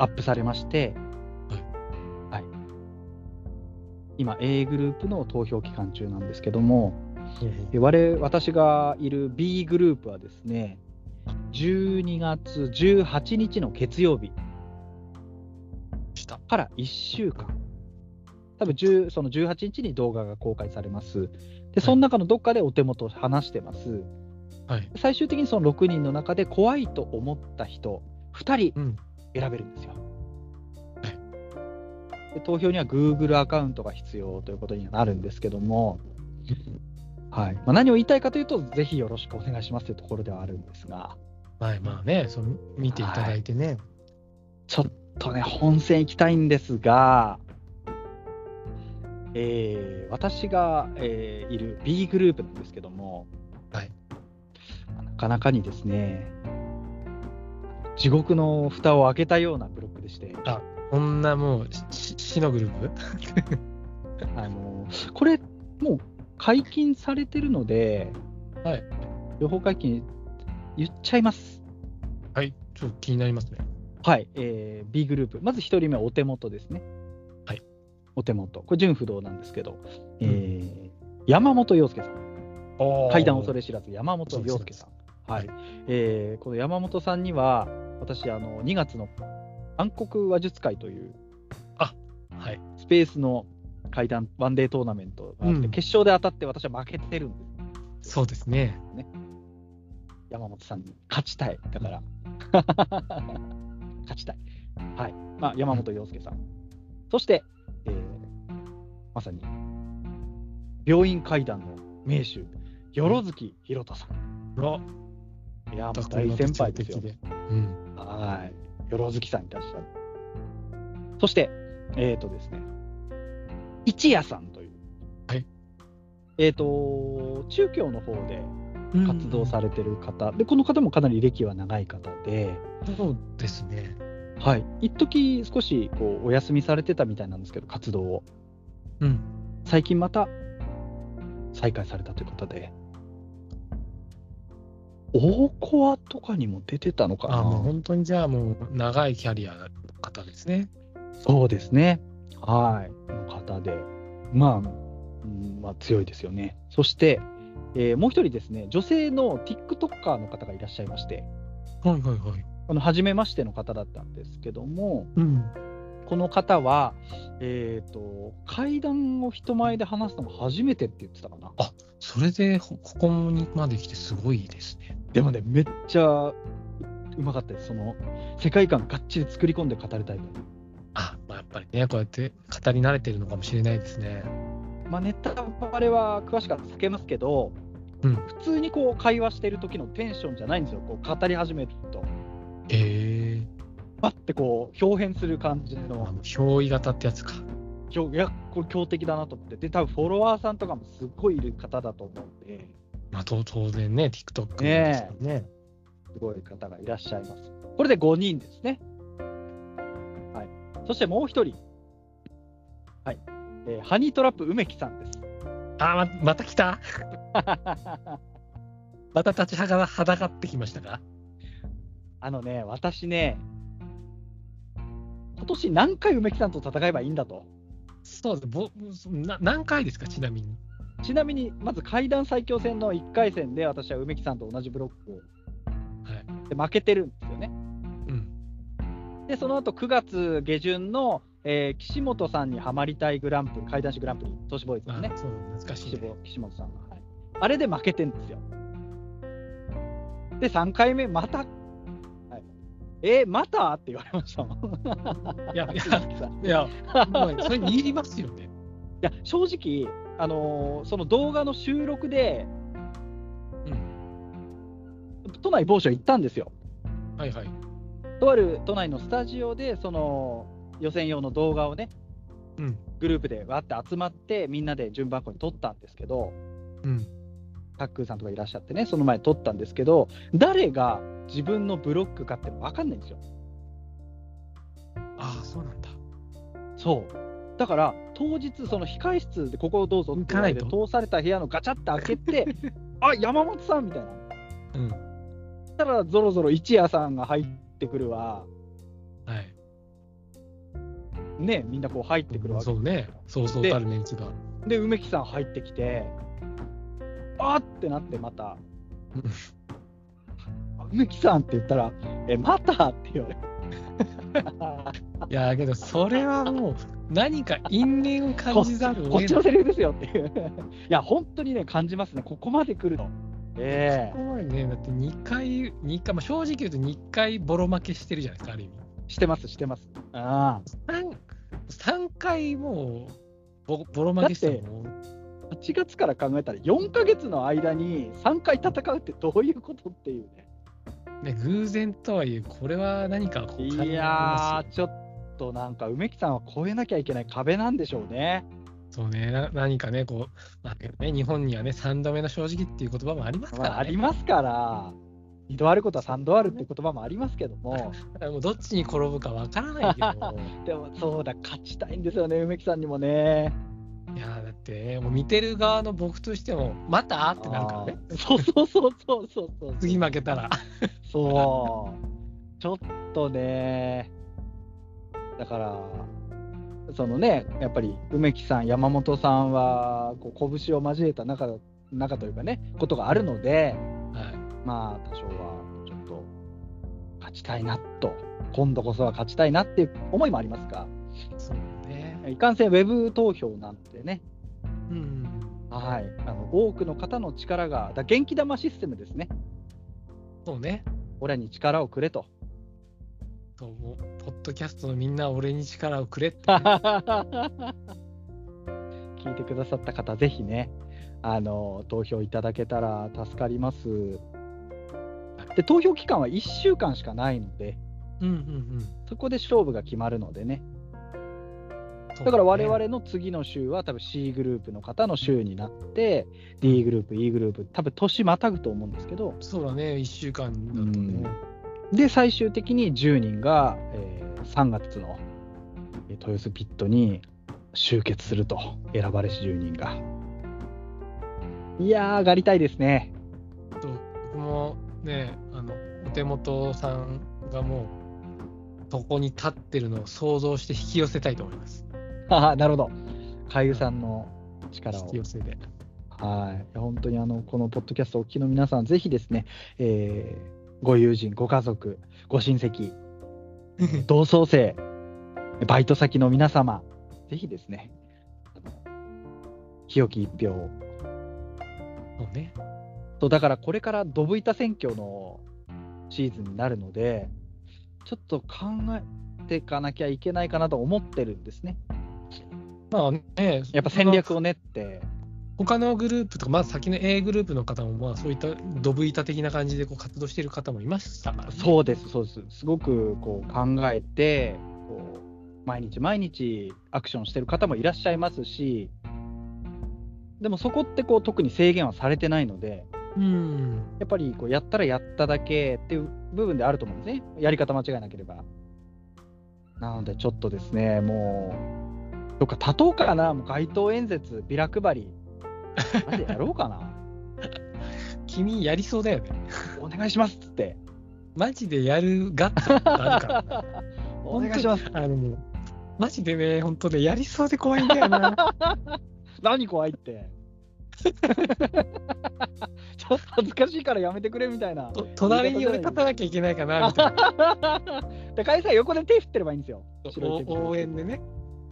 [SPEAKER 3] アップされまして、はい今 A グループの投票期間中なんですけどもで我々私がいる B グループはですね12月18日の月曜日
[SPEAKER 4] した。
[SPEAKER 3] から1週間多分10その18日に動画が公開されますでその中のどっかでお手元を話してます、
[SPEAKER 4] はい。
[SPEAKER 3] 最終的にその6人の中で怖いと思った人2人
[SPEAKER 4] うん。
[SPEAKER 3] 選べるんですよ
[SPEAKER 4] は。
[SPEAKER 3] で投票には Google アカウントが必要ということになるんですけども、はいまあ、何を言いたいかというと、ぜひよろしくお願いしますというところではあるんですが、
[SPEAKER 4] まあまあね、その見ていただいてね。
[SPEAKER 3] ちょっとね、本戦行きたいんですが、えー私が、えーいる B グループなんですけども、
[SPEAKER 4] はい
[SPEAKER 3] なかなかにですね、地獄の蓋を開けたようなブロックでして、
[SPEAKER 4] こんなもう、し、死のグループ
[SPEAKER 3] あのこれ、もう解禁されてるので、
[SPEAKER 4] はい
[SPEAKER 3] 情報解禁言っちゃいます。
[SPEAKER 4] はい。ちょっと気になりますね。
[SPEAKER 3] はい、えー B グループ、まず1人目はお手元ですね。
[SPEAKER 4] はい、
[SPEAKER 3] お手元、これ、純不動なんですけど、えー山本陽介さん、階段恐
[SPEAKER 4] れ。
[SPEAKER 3] れ知らず、山本陽介さん。は
[SPEAKER 4] はい
[SPEAKER 3] いえーこの山本さんには、私、あの2月の暗黒話術会という
[SPEAKER 4] はい。
[SPEAKER 3] スペースの階段ワンデートーナメントがあって、
[SPEAKER 4] うん
[SPEAKER 3] 決勝で当たって、私は負けてるんです。
[SPEAKER 4] そうですね。
[SPEAKER 3] 山本さんに勝ちたい。だから、 *laughs* 勝ちたい。はい。まあ、山本陽介さん。そして、えーまさに、病院会談の名手、よろずきひろたさん。
[SPEAKER 4] うわ、
[SPEAKER 3] いや、もう大先輩ですよ。
[SPEAKER 4] うん。
[SPEAKER 3] はい。よろずきさんいらっしゃる。そして、えっ、とですね、一夜さんという。
[SPEAKER 4] はい。
[SPEAKER 3] えっ、と、中京の方で活動さ
[SPEAKER 4] れ
[SPEAKER 3] れてる方、でこの方もかなり歴は長い方で、
[SPEAKER 4] そうですね。
[SPEAKER 3] はい、一時少しこうお休みされてたみたいなんですけど活動を
[SPEAKER 4] うん。
[SPEAKER 3] 最近また再開されたということで大コアとかにも出てたのか
[SPEAKER 4] あ
[SPEAKER 3] な
[SPEAKER 4] もう本当にじゃあもう、長いキャリアの方ですね。
[SPEAKER 3] そうですねはいの方でまあ、うんまあ強いですよねそして、えーもう一人ですね女性の TikToker の方がいらっしゃいまして
[SPEAKER 4] はいはいはい。
[SPEAKER 3] あの初めましての方だったんですけども、
[SPEAKER 4] うん。
[SPEAKER 3] この方は、えー、と階段を人前で話すのも初めてって言ってたかな。
[SPEAKER 4] それでこここにまで来てすごいですね。
[SPEAKER 3] でもね、めっちゃうまかったです。その世界観がっちり作り込んで語るタイプ。
[SPEAKER 4] あ、まあ、やっぱりね、こうやって語り慣れてるのかもしれないですね。
[SPEAKER 3] まあ、ネタバレは詳しくは避けますけど、
[SPEAKER 4] うん
[SPEAKER 3] 普通にこう会話してる時のテンションじゃないんですよ、こう語り始めると。
[SPEAKER 4] へえ。
[SPEAKER 3] パッてこう表現する感じの
[SPEAKER 4] あの憑依型ってやつか。
[SPEAKER 3] 強いやこれ強敵だなと思ってで多分フォロワーさんとかもすっごいいる方だと思うんで
[SPEAKER 4] まあ、と当然ね、TikTok です
[SPEAKER 3] ね
[SPEAKER 4] よね。
[SPEAKER 3] すごい方がいらっしゃいます。これで5人ですね。はい、そしてもう一人、はいえーハニートラップ梅木さんです。 *laughs*
[SPEAKER 4] あま、また来たまた立ちはだはだかってきましたか
[SPEAKER 3] あのね、私ね、今年何回梅木さんと戦えばいいんだと。
[SPEAKER 4] そうですぼな。何回ですか、ちなみに。
[SPEAKER 3] ちなみに、まず階段最強戦の1回戦で私は梅木さんと同じブロックをで負けてるんですよね。
[SPEAKER 4] うん。
[SPEAKER 3] で、その後9月下旬の、えー岸本さんにはまりたいグランプリ、階段師グランプリ、都市ボーイズで
[SPEAKER 4] あ
[SPEAKER 3] すね。
[SPEAKER 4] そう、懐かしい、
[SPEAKER 3] 岸
[SPEAKER 4] ね
[SPEAKER 3] 本。岸本さんが、はいあれで負けてんですよ。で、3回目、また、はいえーまたって言われましたもん。
[SPEAKER 4] いや、いや、
[SPEAKER 3] *laughs* い
[SPEAKER 4] いや、まあそれ言いますよね。
[SPEAKER 3] や正直、あのーその動画の収録で、
[SPEAKER 4] うん。
[SPEAKER 3] 都内某所行ったんですよ。
[SPEAKER 4] はいはい。
[SPEAKER 3] とある都内のスタジオで、その予選用の動画をね、
[SPEAKER 4] うん。
[SPEAKER 3] グループでわーって集まって、みんなで順番こに撮ったんですけど、
[SPEAKER 4] うん。
[SPEAKER 3] タックーさんとかいらっしゃってね、その前撮ったんですけど、誰が自分のブロックかって分かんないんですよ。
[SPEAKER 4] ああ、そうなんだ。
[SPEAKER 3] そう。だから、当日、その控え室でここをどうぞって言われて
[SPEAKER 4] 行かない
[SPEAKER 3] 通された部屋のガチャって開けて、
[SPEAKER 4] *laughs*
[SPEAKER 3] あ山本さんみたいな。
[SPEAKER 4] うん。
[SPEAKER 3] そしたら、ぞろぞろ一夜さんが入ってくるわ、
[SPEAKER 4] はい。
[SPEAKER 3] ね、みんなこう入ってくるわけ
[SPEAKER 4] そうね。そうそう
[SPEAKER 3] で
[SPEAKER 4] たるメンツが。
[SPEAKER 3] で梅木さん入ってきてあーってなってまた
[SPEAKER 4] うん
[SPEAKER 3] 「 *laughs* 梅木さん」って言ったら「えまた?」って言われ
[SPEAKER 4] *laughs*
[SPEAKER 3] る
[SPEAKER 4] いやーけど、それはもう、何か因縁を感
[SPEAKER 3] こ
[SPEAKER 4] じざるを
[SPEAKER 3] こっ
[SPEAKER 4] 得
[SPEAKER 3] ち
[SPEAKER 4] ない
[SPEAKER 3] の。セリフですよっていういや本当にね感じますねここまで来るとええ
[SPEAKER 4] 怖いね。だって2回、二回、まあ、正直言うと2回ボロ負けしてるじゃないですか、ある意味。
[SPEAKER 3] してますしてますあ
[SPEAKER 4] 3, 三回もうボ、ボロ負けしてもう、
[SPEAKER 3] あ8月から考えたら4ヶ月の間に3回戦うってどういうことっていうね
[SPEAKER 4] ね、偶然とはいえ、これは何かこう、
[SPEAKER 3] いやーちょっとなんか梅木さんは越えなきゃいけない壁なんでしょうね
[SPEAKER 4] そうね、な何かね、こう、まあね、日本にはね、3度目の正直っていう言葉もありますか
[SPEAKER 3] まあ、
[SPEAKER 4] ら、
[SPEAKER 3] あ
[SPEAKER 4] ね
[SPEAKER 3] り、ますから、二度あることは三度あるって言葉もありますけども、
[SPEAKER 4] だからもうどっちに転ぶかわからないけど、
[SPEAKER 3] *laughs* でもそうだ、勝ちたいんですよね、梅木さんにもね。
[SPEAKER 4] いやーだってね、もう見てる側の僕としても、またってなるからね、
[SPEAKER 3] あーそうそうそうそうそうそう。
[SPEAKER 4] 次負けたら、
[SPEAKER 3] そう。ちょっとね、だから、そのね、やっぱり梅木さん、山本さんは、こう拳を交えた中中というかね、ことがあるので、
[SPEAKER 4] は
[SPEAKER 3] まあ、多少はちょっと勝ちたいなと、今度こそは勝ちたいなっていう思いもありますが。
[SPEAKER 4] い、そうね、
[SPEAKER 3] いかんせんウェブ投票なんてね、
[SPEAKER 4] うん、
[SPEAKER 3] はい、あの多くの方の力が、だ元気玉システムですね、
[SPEAKER 4] そうね、
[SPEAKER 3] 俺に力をくれと。
[SPEAKER 4] そうもうポッドキャストのみんな、俺に力をくれって、
[SPEAKER 3] *laughs* 聞いてくださった方、ぜひねあの、投票いただけたら助かります。で、投票期間は1週間しかないので、
[SPEAKER 4] うんうんうん、
[SPEAKER 3] そこで勝負が決まるのでね、
[SPEAKER 4] そう
[SPEAKER 3] だから我
[SPEAKER 4] ね、
[SPEAKER 3] 々の次の週は、多分 C グループの方の週になって、D グループ、E グループ、多分年またぐと思うんですけど、
[SPEAKER 4] そうだね、1週間だと
[SPEAKER 3] うん
[SPEAKER 4] ね、
[SPEAKER 3] で最終的に10人が、え3月のえー豊洲ピットに集結すると選ばれし10人がいやー上がりたいですね *laughs*
[SPEAKER 4] と僕もね、あのお手元さんがもう、そこに立ってるのを想像して引き寄せたいと思います、
[SPEAKER 3] あーなるほど海優さんの力
[SPEAKER 4] 引
[SPEAKER 3] を
[SPEAKER 4] き寄せで。
[SPEAKER 3] はい本当にあのこのポッドキャストをお聞きの皆さんぜひですね、えーご友人ご家族ご親戚同窓生バイト先の皆様ぜひですねあの清き一票を
[SPEAKER 4] そうね、
[SPEAKER 3] そうだからこれからドブ板選挙のシーズンになるのでちょっと考えていかなきゃいけないかなと思ってるんですね
[SPEAKER 4] まあね、
[SPEAKER 3] やっぱ戦略を練って
[SPEAKER 4] 他のグループとか、まあ、先の A グループの方も、まあ、そういったドブ板的な感じでこう活動している方もいましたから、ね、
[SPEAKER 3] そうですそうですすごくこう考えてこう毎日毎日アクションしてる方もいらっしゃいますしでもそこってこう特に制限はされてないので
[SPEAKER 4] うん、
[SPEAKER 3] やっぱりこうやったらやっただけっていう部分であると思うんですね、やり方間違いなければ。なので、ちょっとですね、もう、どっか立とうかな、もう街頭演説、ビラ配り、マジでやろうか
[SPEAKER 4] *laughs*
[SPEAKER 3] な、
[SPEAKER 4] 君やりそうだよね。
[SPEAKER 3] お願いしますっつって、
[SPEAKER 4] マジでやるガッツってあるからね、
[SPEAKER 3] *laughs* お願いします、
[SPEAKER 4] あのもうマジでね、本当ね、やりそうで怖いんだよ
[SPEAKER 3] *laughs*
[SPEAKER 4] な。
[SPEAKER 3] 何怖いって。 *laughs* ちょっと恥ずかしいからやめてくれみたいな。
[SPEAKER 4] と隣に俺立たなきゃいけない
[SPEAKER 3] *laughs*
[SPEAKER 4] かなみたいな。
[SPEAKER 3] で、会社横で手振ってればいいんですよ。白い手振り
[SPEAKER 4] お応援でね。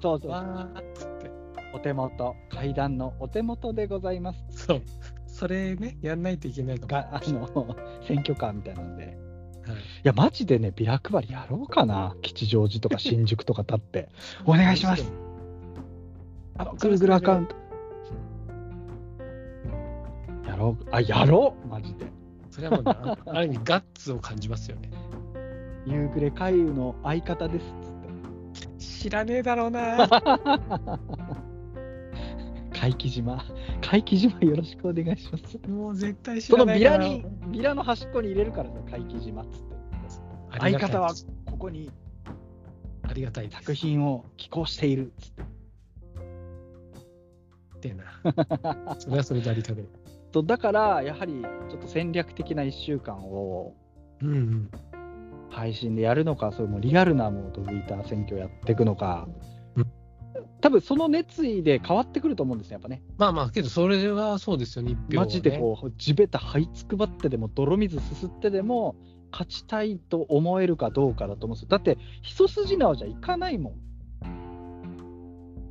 [SPEAKER 3] そうそうそう。
[SPEAKER 4] わーっつって。
[SPEAKER 3] お手元、階段のお手元でございます。
[SPEAKER 4] そう。それね、やんないといけないかも。
[SPEAKER 3] があの *laughs* 選挙カーみたいなので、
[SPEAKER 4] はい
[SPEAKER 3] いや、マジでね、ビラ配りやろうかな、吉祥寺と
[SPEAKER 4] *laughs*
[SPEAKER 3] か新宿とか立って、お願いします。あのぐるぐるアカウント。やろう、あ、やろう、マジで。
[SPEAKER 4] それはもうね、あある意味ガッツを感じますよね。
[SPEAKER 3] 夕暮れ海遊の相方
[SPEAKER 4] *laughs*
[SPEAKER 3] ですっつっ *laughs*
[SPEAKER 4] 知らねえだろうな。
[SPEAKER 3] て。怪奇島。怪奇島よろしくお願いします。
[SPEAKER 4] もう絶対知
[SPEAKER 3] そ
[SPEAKER 4] ら
[SPEAKER 3] の
[SPEAKER 4] ない
[SPEAKER 3] ビ
[SPEAKER 4] から
[SPEAKER 3] ラに、ビラの端っこに入れるからさ、怪奇島っつって。
[SPEAKER 4] あり
[SPEAKER 3] 相
[SPEAKER 4] がたい
[SPEAKER 3] 方は
[SPEAKER 4] です
[SPEAKER 3] ここに
[SPEAKER 4] ありがたいです
[SPEAKER 3] 作品を寄稿しているっつって。
[SPEAKER 4] ってなそれはそれでありがたい
[SPEAKER 3] とだから、やはりちょっと戦略的な1週間を
[SPEAKER 4] うんうん
[SPEAKER 3] 配信でやるのか、それもリアルなものといた選挙をやっていくのか
[SPEAKER 4] う、
[SPEAKER 3] 多分その熱意で変わってくると思うんですね、やっぱね。
[SPEAKER 4] まあまあけどそれはそうですよね一票は
[SPEAKER 3] マ
[SPEAKER 4] ね
[SPEAKER 3] ジでこう、地べた這いつくばってでも、泥水すすってでも、勝ちたいと思えるかどうかだと思うんですよ。だって、一筋縄じゃいかないもん。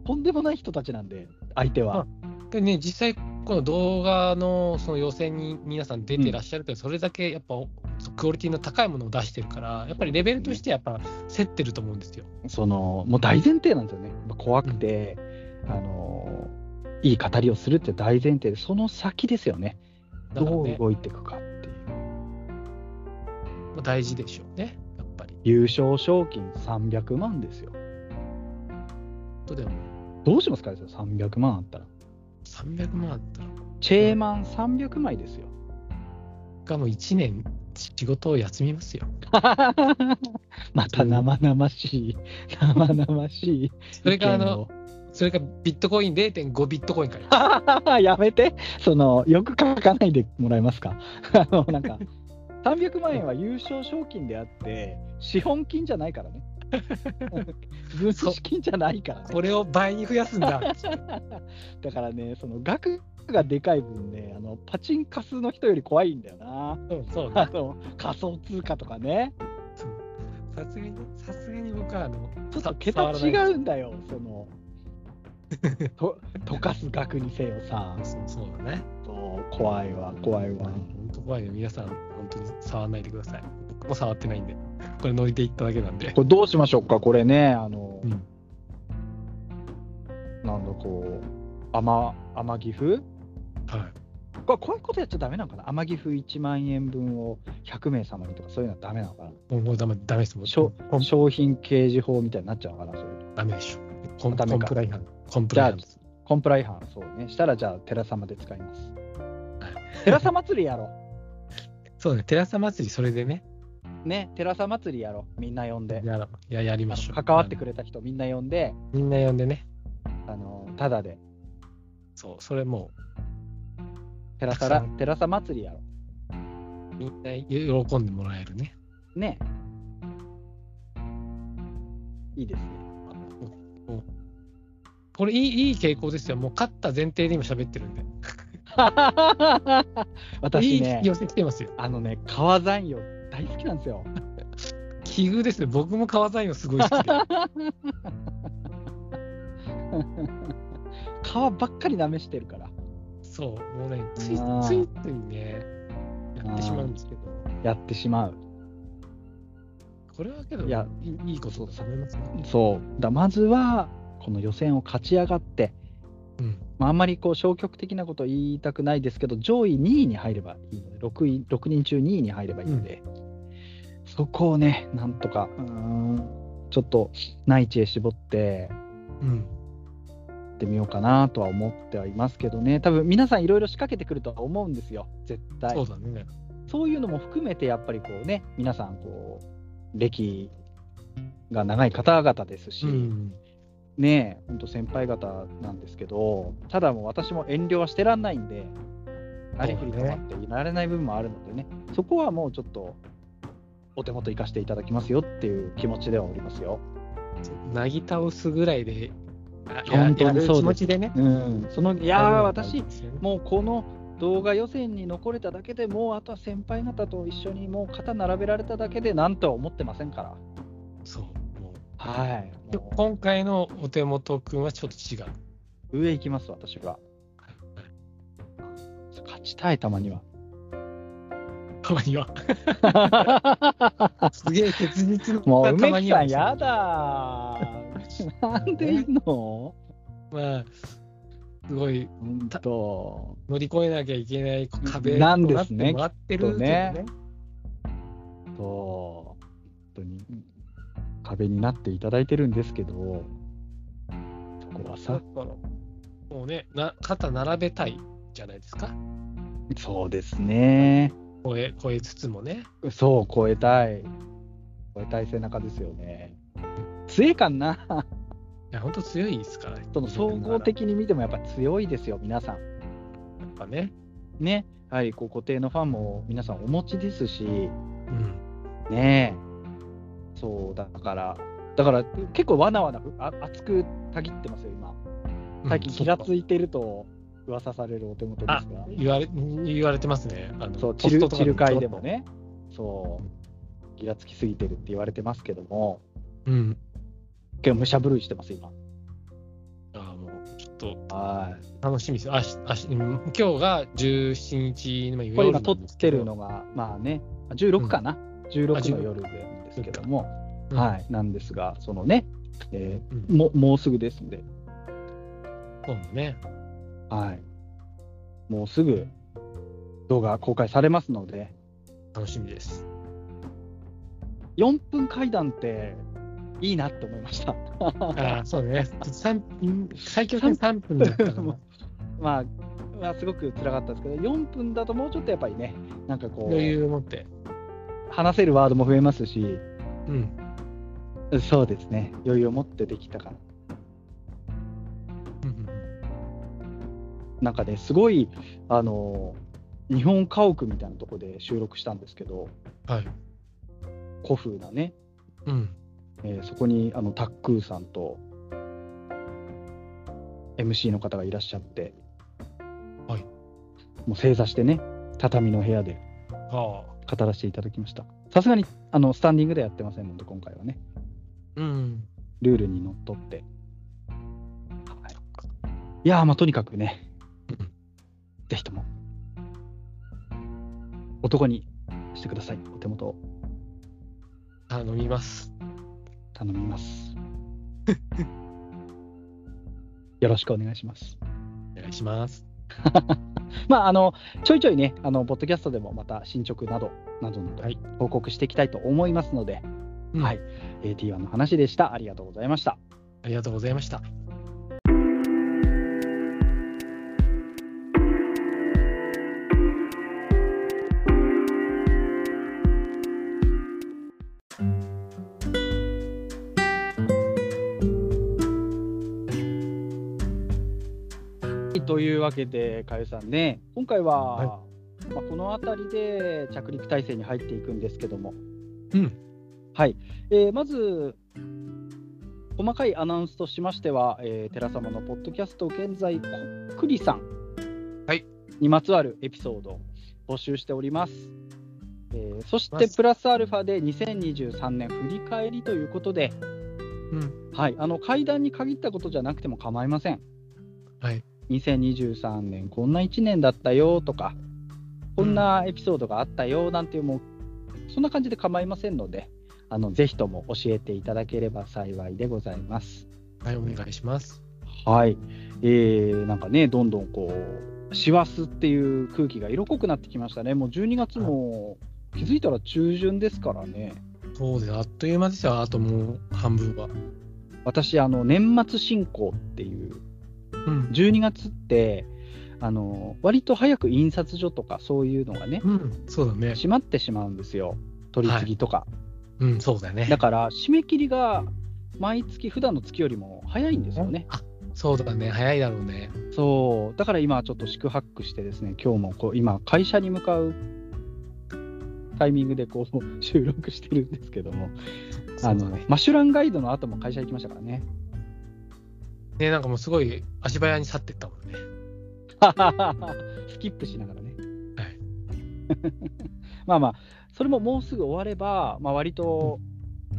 [SPEAKER 3] とんでもない人たちなんで、相手は。
[SPEAKER 4] でね、実際、この動画のその予選に皆さん出てらっしゃるけど、それだけやっぱクオリティの高いものを出してるから、やっぱりレベルとしてやっぱ競ってると思うんですよ。
[SPEAKER 3] その、もう大前提なんですよね。怖くて、あの、いい語りをするって大前提で、その先ですよね。
[SPEAKER 4] だから
[SPEAKER 3] どう
[SPEAKER 4] ね、
[SPEAKER 3] 動いていくかっていう。
[SPEAKER 4] まあ大事でしょうね、やっぱり。
[SPEAKER 3] 優勝賞金300万ですよ。
[SPEAKER 4] とでも、
[SPEAKER 3] どうしますかですよ、300万あったら。
[SPEAKER 4] 300万あったら、
[SPEAKER 3] チェーマン300枚です
[SPEAKER 4] *laughs*
[SPEAKER 3] よ。
[SPEAKER 4] がもう1年仕事を休みますよ。
[SPEAKER 3] また生々しい、生々しい。
[SPEAKER 4] それがあの、それがビットコイン0.5ビットコインか
[SPEAKER 3] *laughs*
[SPEAKER 4] ら。
[SPEAKER 3] の、やめて、 *laughs* その、よく書かないでもらえますか。 *laughs* あの、なんか、300万円は優勝賞金であって、資本金じゃないからね。軍資金じゃないからね。
[SPEAKER 4] これを倍に増やすん
[SPEAKER 3] *laughs*
[SPEAKER 4] だ。
[SPEAKER 3] だからね、その額がでかい分ね、あのパチンカスの人より怖いんだよな。 *laughs*
[SPEAKER 4] うんそうね
[SPEAKER 3] あの仮想通貨とかね。
[SPEAKER 4] さすがに、さすがに僕はあの、
[SPEAKER 3] ちょっと桁違うんだよ、その。と溶かす額にせよさ。
[SPEAKER 4] そうそうだね。
[SPEAKER 3] そう怖いわ、怖いわ。
[SPEAKER 4] 本当怖いの皆さん、本当に触らないでください。僕も触ってないんで、これノリで行っただけなんで。
[SPEAKER 3] これどうしましょうか、これね、あの、
[SPEAKER 4] うん
[SPEAKER 3] なんだこう、甘甘岐阜
[SPEAKER 4] は
[SPEAKER 3] これこういうことやっちゃダメなのかな甘岐阜1万円分を100名様にとか、そういうのはダメなのか
[SPEAKER 4] い。もうもうダメダメです。もう
[SPEAKER 3] しょな
[SPEAKER 4] コン
[SPEAKER 3] 商品掲示法みたいになっちゃうのかな、それ。
[SPEAKER 4] ダメでしょ。コン
[SPEAKER 3] ダメ
[SPEAKER 4] コ
[SPEAKER 3] か
[SPEAKER 4] ンプライアンス。コンプライアンス。
[SPEAKER 3] コンプライ違反、そうね。したら、じゃあ、寺様で使い
[SPEAKER 4] *laughs*
[SPEAKER 3] ます。寺様祭りやろ
[SPEAKER 4] そうね、テラサ祭り、それでね、
[SPEAKER 3] う。ね、寺様祭りやろう。みんな呼んで。
[SPEAKER 4] やらいややりましょう。
[SPEAKER 3] 関わってくれた人、みんな呼んで、
[SPEAKER 4] あのみんな呼んでね、
[SPEAKER 3] あの、ただで。
[SPEAKER 4] そう、それも
[SPEAKER 3] 寺
[SPEAKER 4] たくさ
[SPEAKER 3] 様、寺様祭りやろ
[SPEAKER 4] う、みんな喜んでもらえるね。
[SPEAKER 3] う。ね。いいですね。
[SPEAKER 4] これいい、いい傾向ですよ。もう勝った前提で今喋ってるんで。
[SPEAKER 3] *laughs* 私ね
[SPEAKER 4] いい、寄せ来てますよ。
[SPEAKER 3] あのね、川山陽大好きなんですよ。
[SPEAKER 4] 奇遇ですね。僕も川材のすごい好
[SPEAKER 3] *laughs*
[SPEAKER 4] きで。
[SPEAKER 3] 川ばっかり舐めしてるから。
[SPEAKER 4] そう、もうね、つい
[SPEAKER 3] あー
[SPEAKER 4] ついついね、やってしまうんですけど、
[SPEAKER 3] やってしまう。
[SPEAKER 4] これはけど、
[SPEAKER 3] い
[SPEAKER 4] い
[SPEAKER 3] や
[SPEAKER 4] いいいことだと思いますよ。
[SPEAKER 3] そう。だまずは、この予選を勝ち上がって、
[SPEAKER 4] うん、
[SPEAKER 3] まあ、あんまりこう消極的なことを言いたくないですけど、上位2位に入ればいいので、6, 位6人中2位に入ればいいので、そこをね、なんとか、うーんちょっと内地へ絞って
[SPEAKER 4] うん、
[SPEAKER 3] やってみようかなとは思ってはいますけどね、多分皆さんいろいろ仕掛けてくるとは思うんですよ、絶対。
[SPEAKER 4] そうだね。
[SPEAKER 3] そういうのも含めて、やっぱりこうね、皆さんこう、歴が長い方々ですし、
[SPEAKER 4] うん、
[SPEAKER 3] ねえ、本当先輩方なんですけど、ただもう私も遠慮はしてらんないんで、ありふりとまっていられない部分もあるのでね、そこはもうちょっと、お手元生かしていただきますよっていう気持ちではおりますよ。
[SPEAKER 4] なぎ倒すぐらいで、あや
[SPEAKER 3] 本当に
[SPEAKER 4] やる
[SPEAKER 3] そうです
[SPEAKER 4] 気持ちでね。
[SPEAKER 3] うん、そのいやー、私、も
[SPEAKER 4] も
[SPEAKER 3] うこの動画予選に残れただけでもう、あとは先輩方と一緒にもう肩並べられただけで、なんとは思ってませんから。
[SPEAKER 4] う、そう。もう
[SPEAKER 3] はい。
[SPEAKER 4] で
[SPEAKER 3] も
[SPEAKER 4] も
[SPEAKER 3] う
[SPEAKER 4] 今回のお手元くんはちょっと違う。
[SPEAKER 3] 上行きます、私は。勝ちたい、たま *laughs* には。
[SPEAKER 4] たまには。すげえ切実な。
[SPEAKER 3] もう
[SPEAKER 4] た
[SPEAKER 3] 梅
[SPEAKER 4] ま
[SPEAKER 3] 木
[SPEAKER 4] に
[SPEAKER 3] さ
[SPEAKER 4] は
[SPEAKER 3] んや *laughs* だーなんでいいの
[SPEAKER 4] まあ、すごい
[SPEAKER 3] 本当
[SPEAKER 4] 乗り越えなきゃいけない壁
[SPEAKER 3] なんですね
[SPEAKER 4] となってもらって
[SPEAKER 3] き
[SPEAKER 4] る
[SPEAKER 3] っとそう本当に壁になっていただいてるんですけどそこは
[SPEAKER 4] だ
[SPEAKER 3] さ
[SPEAKER 4] から、もうねな肩並べたいじゃないですか
[SPEAKER 3] そうですね。
[SPEAKER 4] 超え超えつつもね
[SPEAKER 3] そう、超えたい。超えたい背中ですよね。強いかな。 *laughs*
[SPEAKER 4] いや本当強いですから
[SPEAKER 3] その総合的に見てもやっぱ強いですよ、皆さん。
[SPEAKER 4] やっぱね
[SPEAKER 3] ね。はい、こう固定のファンも皆さんお持ちですし、
[SPEAKER 4] うん
[SPEAKER 3] ねえ。そう、だから、だから結構わなわなあ熱くたぎってますよ、今。最近、
[SPEAKER 4] 気
[SPEAKER 3] ちらついてると噂されるお手元ですが。
[SPEAKER 4] 言われ言われてますねあの
[SPEAKER 3] そう、
[SPEAKER 4] ポ
[SPEAKER 3] チ
[SPEAKER 4] ス
[SPEAKER 3] ル
[SPEAKER 4] トとか
[SPEAKER 3] チル会でもね、そう、ギラつきすぎてるって言われてますけども、
[SPEAKER 4] うん
[SPEAKER 3] 結構むしゃぶるいしてます、今。
[SPEAKER 4] ああもうちょっと
[SPEAKER 3] は
[SPEAKER 4] 楽しみです。あしあしうん今日が17日の
[SPEAKER 3] い。
[SPEAKER 4] 夜
[SPEAKER 3] これ今
[SPEAKER 4] なん
[SPEAKER 3] 撮
[SPEAKER 4] で
[SPEAKER 3] っ
[SPEAKER 4] すけ
[SPEAKER 3] て
[SPEAKER 4] ど
[SPEAKER 3] るのが、まあね、16かな、
[SPEAKER 4] あ
[SPEAKER 3] 16
[SPEAKER 4] 16
[SPEAKER 3] の夜でですけども、
[SPEAKER 4] うん
[SPEAKER 3] はい、なんですが、そのね、えー
[SPEAKER 4] うん
[SPEAKER 3] ももうすぐですんで、
[SPEAKER 4] そうね。
[SPEAKER 3] はい。もうすぐ動画公開されますので、
[SPEAKER 4] 楽しみ
[SPEAKER 3] *laughs*
[SPEAKER 4] です。
[SPEAKER 3] 4分階段っていいなって思いました。
[SPEAKER 4] ああ、そうね。三うん最強戦3分だったかな。
[SPEAKER 3] *laughs* まあ、まあ、すごく辛かったですけど、4分だともうちょっとやっぱりね、なんかこ
[SPEAKER 4] 余
[SPEAKER 3] う、
[SPEAKER 4] 裕を持って。
[SPEAKER 3] 話せるワードも増えますし、
[SPEAKER 4] うん。
[SPEAKER 3] そうですね、余裕を持ってできたから、
[SPEAKER 4] うん
[SPEAKER 3] なんかね、すごい、あの、日本家屋みたいなとこで収録したんですけど、
[SPEAKER 4] はい。
[SPEAKER 3] 古風なね、
[SPEAKER 4] うん。
[SPEAKER 3] えーそこにあのタックーさんと MC の方がいらっしゃって、
[SPEAKER 4] はい
[SPEAKER 3] もう正座してね、畳の部屋で
[SPEAKER 4] ああ。
[SPEAKER 3] 語らせていただきました。さすがにあのスタンディングではやってませんので、今回はね。
[SPEAKER 4] うん。
[SPEAKER 3] ルールにのっとって。はい、いやー、まあ、とにかくね
[SPEAKER 4] うん、
[SPEAKER 3] ぜひとも、男にしてください。お手元を
[SPEAKER 4] 頼みます。
[SPEAKER 3] 頼み
[SPEAKER 4] *laughs*
[SPEAKER 3] ます。よろしくお願いします。
[SPEAKER 4] お願いします。
[SPEAKER 3] まあ、あの、ちょいちょいね、あの、ポッドキャストでもまた進捗など、などなど
[SPEAKER 4] はい
[SPEAKER 3] 報告していきたいと思いますので、
[SPEAKER 4] うん
[SPEAKER 3] はい。えー T1 の話でした。ありがとうございました。
[SPEAKER 4] ありがとうございました。
[SPEAKER 3] というわけで、かゆさんね、今回は、
[SPEAKER 4] はい
[SPEAKER 3] まあ、この辺りで着陸体制に入っていくんですけども、
[SPEAKER 4] うん。
[SPEAKER 3] えーまず、細かいアナウンスとしましては、えー、寺様のポッドキャスト、現在、こっくりさん
[SPEAKER 4] はい
[SPEAKER 3] にまつわるエピソードを募集しております。えーそし
[SPEAKER 4] ま
[SPEAKER 3] て、
[SPEAKER 4] す
[SPEAKER 3] プラスアルファで2023年振り返りということで、
[SPEAKER 4] うん。
[SPEAKER 3] はい、あの階段に限ったことじゃなくても構いません。
[SPEAKER 4] はい。
[SPEAKER 3] 2023年こんな1年だったよとかこんなエピソードがあったよなんていうもうそんな感じで構いませんのであのぜひとも教えていただければ幸いでございます。
[SPEAKER 4] はい、お願いします。
[SPEAKER 3] はい、えー、なんかねどんどんこう師走っていう空気が色濃くなってきましたねもう12月も気づいたら中旬ですからね
[SPEAKER 4] そうです。あっという間ですよ。あともう半分は。
[SPEAKER 3] 私あの年末進行っていう
[SPEAKER 4] うん。
[SPEAKER 3] 12月ってあの割と早く印刷所とかそういうのがね
[SPEAKER 4] うん。そうだね。
[SPEAKER 3] 閉まってしまうんですよ取り次ぎとか、
[SPEAKER 4] うん、そうだね
[SPEAKER 3] だ。から締め切りが毎月普段の月よりも早いんですよね、
[SPEAKER 4] そうだね。早いだろうね。
[SPEAKER 3] そうだから今ちょっと宿泊してですね今日もこう今会社に向かうタイミングでこう *laughs* 収録してるんですけども、あ
[SPEAKER 4] そう
[SPEAKER 3] の
[SPEAKER 4] だね
[SPEAKER 3] マシュランガイドの後も会社行きましたからね
[SPEAKER 4] ね、なんかもうすごい足早に去ってったもんね。
[SPEAKER 3] *laughs* スキップしながらね
[SPEAKER 4] はい
[SPEAKER 3] *laughs* まあまあそれももうすぐ終われば、まあ、割と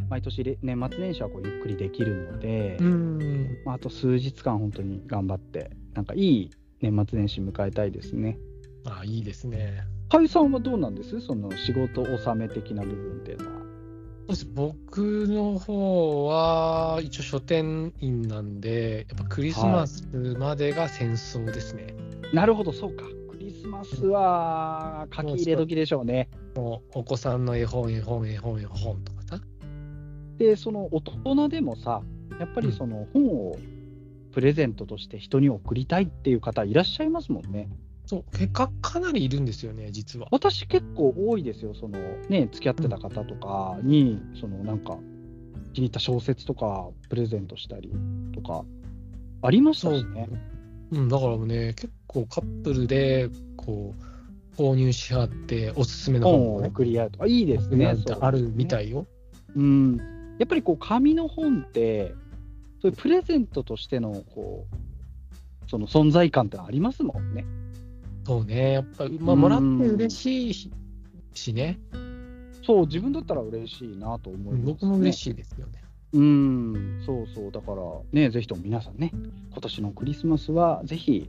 [SPEAKER 3] 毎年れ年末年始はこうゆっくりできるので、
[SPEAKER 4] ん。
[SPEAKER 3] まあ、あと数日間本当に頑張ってなんかいい年末年始迎えたいですね。
[SPEAKER 4] あいいですね。
[SPEAKER 3] かゆさんはどうなんですその仕事納め的な部分っていうのは。
[SPEAKER 4] そうです僕の方は、一応書店員なんで、やっぱクリスマスまでが戦争ですね。
[SPEAKER 3] なるほどそうかクリスマスは書き入れ時でしょうね。
[SPEAKER 4] もうお子さんの絵本、絵本、絵本、絵本とかさ。
[SPEAKER 3] でその大人でもさやっぱりその本をプレゼントとして人に贈りたいっていう方いらっしゃいますもんね。
[SPEAKER 4] そう、結果かなりいるんですよね、実は。
[SPEAKER 3] 私結構多いですよ、そのね、付き合ってた方とかに、そのなんか、気に入った小説とかプレゼントしたりとか、ありましたしね。
[SPEAKER 4] うん、だからね、結構カップルで、こう、購入し合って、おすすめの
[SPEAKER 3] 本
[SPEAKER 4] 本
[SPEAKER 3] を
[SPEAKER 4] をね、
[SPEAKER 3] 送り合うとか、いいですね。
[SPEAKER 4] なんてあるみ
[SPEAKER 3] い。
[SPEAKER 4] たいよ。
[SPEAKER 3] うん。やっぱりこう、紙の本って、そういうプレゼントとしての、こう、その存在感ってありますもんね。
[SPEAKER 4] そうね、やっぱり、まあ、
[SPEAKER 3] うん
[SPEAKER 4] もらって嬉しいしね、
[SPEAKER 3] そう、自分だったら嬉しいなと思います、ね。
[SPEAKER 4] 僕も嬉
[SPEAKER 3] い
[SPEAKER 4] しいですよね。
[SPEAKER 3] うん、そうそう、だから、ね、ぜひとも皆さんね、今年のクリスマスは、ぜひ、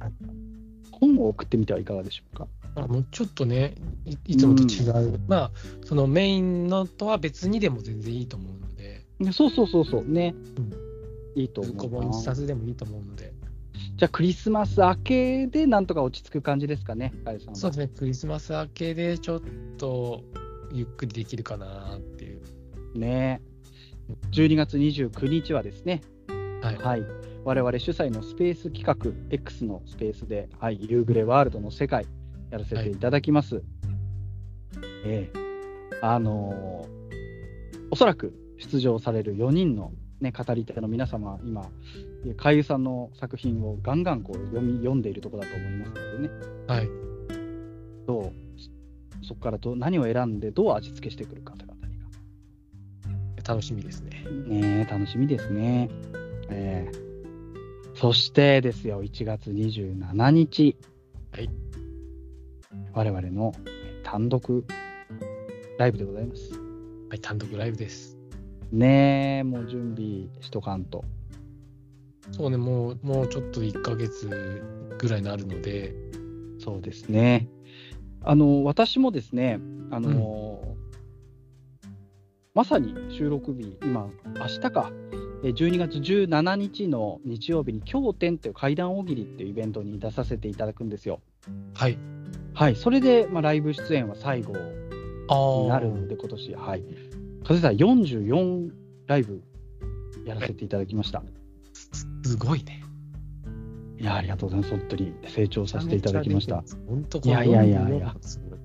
[SPEAKER 3] 本を送ってみてはいかがでしょうか。
[SPEAKER 4] まあ、もうちょっとねい、いつもと違う、まあ、そのメインのとは別にでも全然いいと思うので、
[SPEAKER 3] ねそうそうそうそう、ね、いいと
[SPEAKER 4] 文庫
[SPEAKER 3] 思
[SPEAKER 4] 本
[SPEAKER 3] う
[SPEAKER 4] 一
[SPEAKER 3] な。
[SPEAKER 4] 冊でもいいと思うので、
[SPEAKER 3] じゃあ、クリスマス明けで、なんとか落ち着く感じですかね、かえさんは
[SPEAKER 4] そうですね、クリスマス明けでちょっとゆっくりできるかなっていう。
[SPEAKER 3] ね。12月29日はですね、
[SPEAKER 4] はい、
[SPEAKER 3] はい、我々主催のスペース企画 X のスペースで、はい、夕暮れワールドの世界やらせていただきます。ええあのーおそらく出場される4人の、ね、語り手の皆様、今、海優さんの作品をガンガンこう読み読んでいるところだと思いますのでね、
[SPEAKER 4] はい、
[SPEAKER 3] どうそこからどう何を選んで、どう味付けしてくるかというあたりが。
[SPEAKER 4] 楽しみですね。
[SPEAKER 3] ねえ楽しみですね。ええそしてですよ、1月27日。
[SPEAKER 4] はい。
[SPEAKER 3] 我々の単独ライブでございます。
[SPEAKER 4] はい、単独ライブです。
[SPEAKER 3] ねえ、もう準備しとかんと。
[SPEAKER 4] そうね、もう、もうちょっと1ヶ月ぐらいになるので、
[SPEAKER 3] そうですね。あの、私もですね、あの、まさに収録日、今、明日か、えー12月17日の日曜日に、京天という怪談大喜利っていうイベントに出させていただくんですよ。
[SPEAKER 4] はい。
[SPEAKER 3] はい、それで、まあ、ライブ出演は最後に
[SPEAKER 4] あー
[SPEAKER 3] なるので、今年はい。風さん、44ライブやらせていただきました。
[SPEAKER 4] すごいね。
[SPEAKER 3] いや、ありがとうございます。本当に成長させていただきました。。
[SPEAKER 4] 本当
[SPEAKER 3] いやいやいやいや。
[SPEAKER 4] このすごい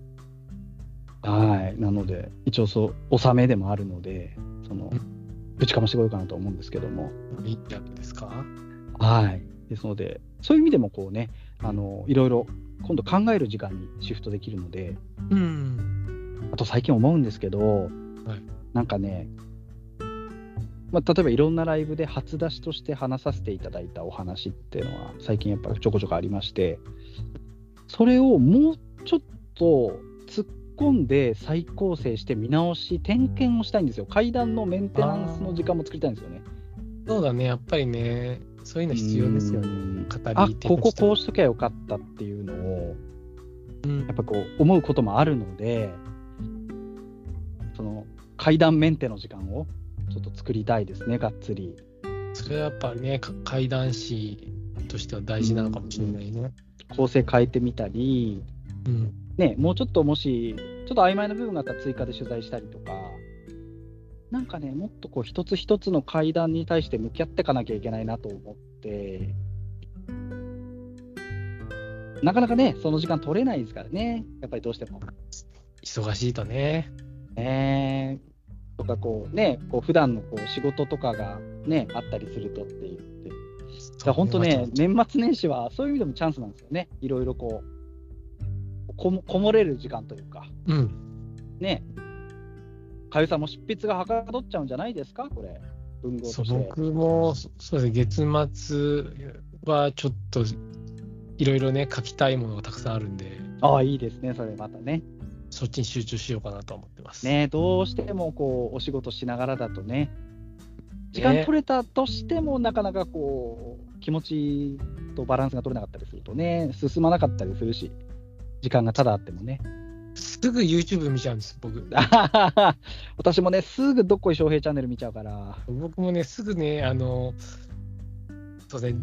[SPEAKER 3] はい、なので、一応そう、納めでもあるので、その
[SPEAKER 4] う、
[SPEAKER 3] ぶちかましてこようかなと思うんですけども、
[SPEAKER 4] いいんじゃないですか。
[SPEAKER 3] はい。ですので、そういう意味でも、こうね、あの、いろいろ、今度考える時間にシフトできるので、
[SPEAKER 4] うん。
[SPEAKER 3] あと最近思うんですけど、なんかね、まあ、例えばいろんなライブで初出しとして話させていただいたお話っていうのは最近やっぱちょこちょこありましてそれをもうちょっと突っ込んで再構成して見直し点検をしたいんですよ階段のメンテナンスの時間も作りたいんですよね
[SPEAKER 4] そうだね、やっぱりね、そういうの必要ですよね。
[SPEAKER 3] ね
[SPEAKER 4] 語
[SPEAKER 3] あ
[SPEAKER 4] り手
[SPEAKER 3] こ
[SPEAKER 4] と
[SPEAKER 3] こ
[SPEAKER 4] しても
[SPEAKER 3] こうしときゃよかったっていうのを
[SPEAKER 4] うん
[SPEAKER 3] やっぱこう思うこともあるのでその階段メンテの時間をちょっと作りたいですねがっつり
[SPEAKER 4] それはやっぱりね、か怪談師としては大事なのかもしれないね。
[SPEAKER 3] 構成変えてみたり、
[SPEAKER 4] うん。
[SPEAKER 3] ね、もうちょっともしちょっと曖昧な部分があったら追加で取材したりとかなんかねもっとこう一つ一つの階段に対して向き合っていかなきゃいけないなと思ってなかなかねその時間取れないですからねやっぱりどうしても。
[SPEAKER 4] 忙しいとね。
[SPEAKER 3] ねとかこうねこう普段のこう仕事とかがねあったりするとっていうってだから本当ね、年末年始はそういう意味でもチャンスなんですよね、いろいろこう、こもこもれる時間というか、
[SPEAKER 4] うん。
[SPEAKER 3] ね、かゆさんも執筆がはかどっちゃうんじゃないですか、これ、文豪と
[SPEAKER 4] そう
[SPEAKER 3] して。
[SPEAKER 4] 僕も、そそうですね、月末はちょっと、いろいろね、書きたいものがたくさんあるんで、
[SPEAKER 3] ああ、いいですね、それまたね。
[SPEAKER 4] そっちに集中しようかなとは思ってます。。
[SPEAKER 3] ね、どうしてもこうお仕事しながらだとね、時
[SPEAKER 4] ね
[SPEAKER 3] 間取れたとしても、なかなかこう、気持ちとバランスが取れなかったりするとね、進まなかったりするし、時間がただあってもね。 *laughs*
[SPEAKER 4] すぐ YouTube 見ちゃうんです、僕。
[SPEAKER 3] あははは私もね、すぐどっこい翔平チャンネル見ちゃうから。
[SPEAKER 4] 僕もね、すぐね、あの、当然、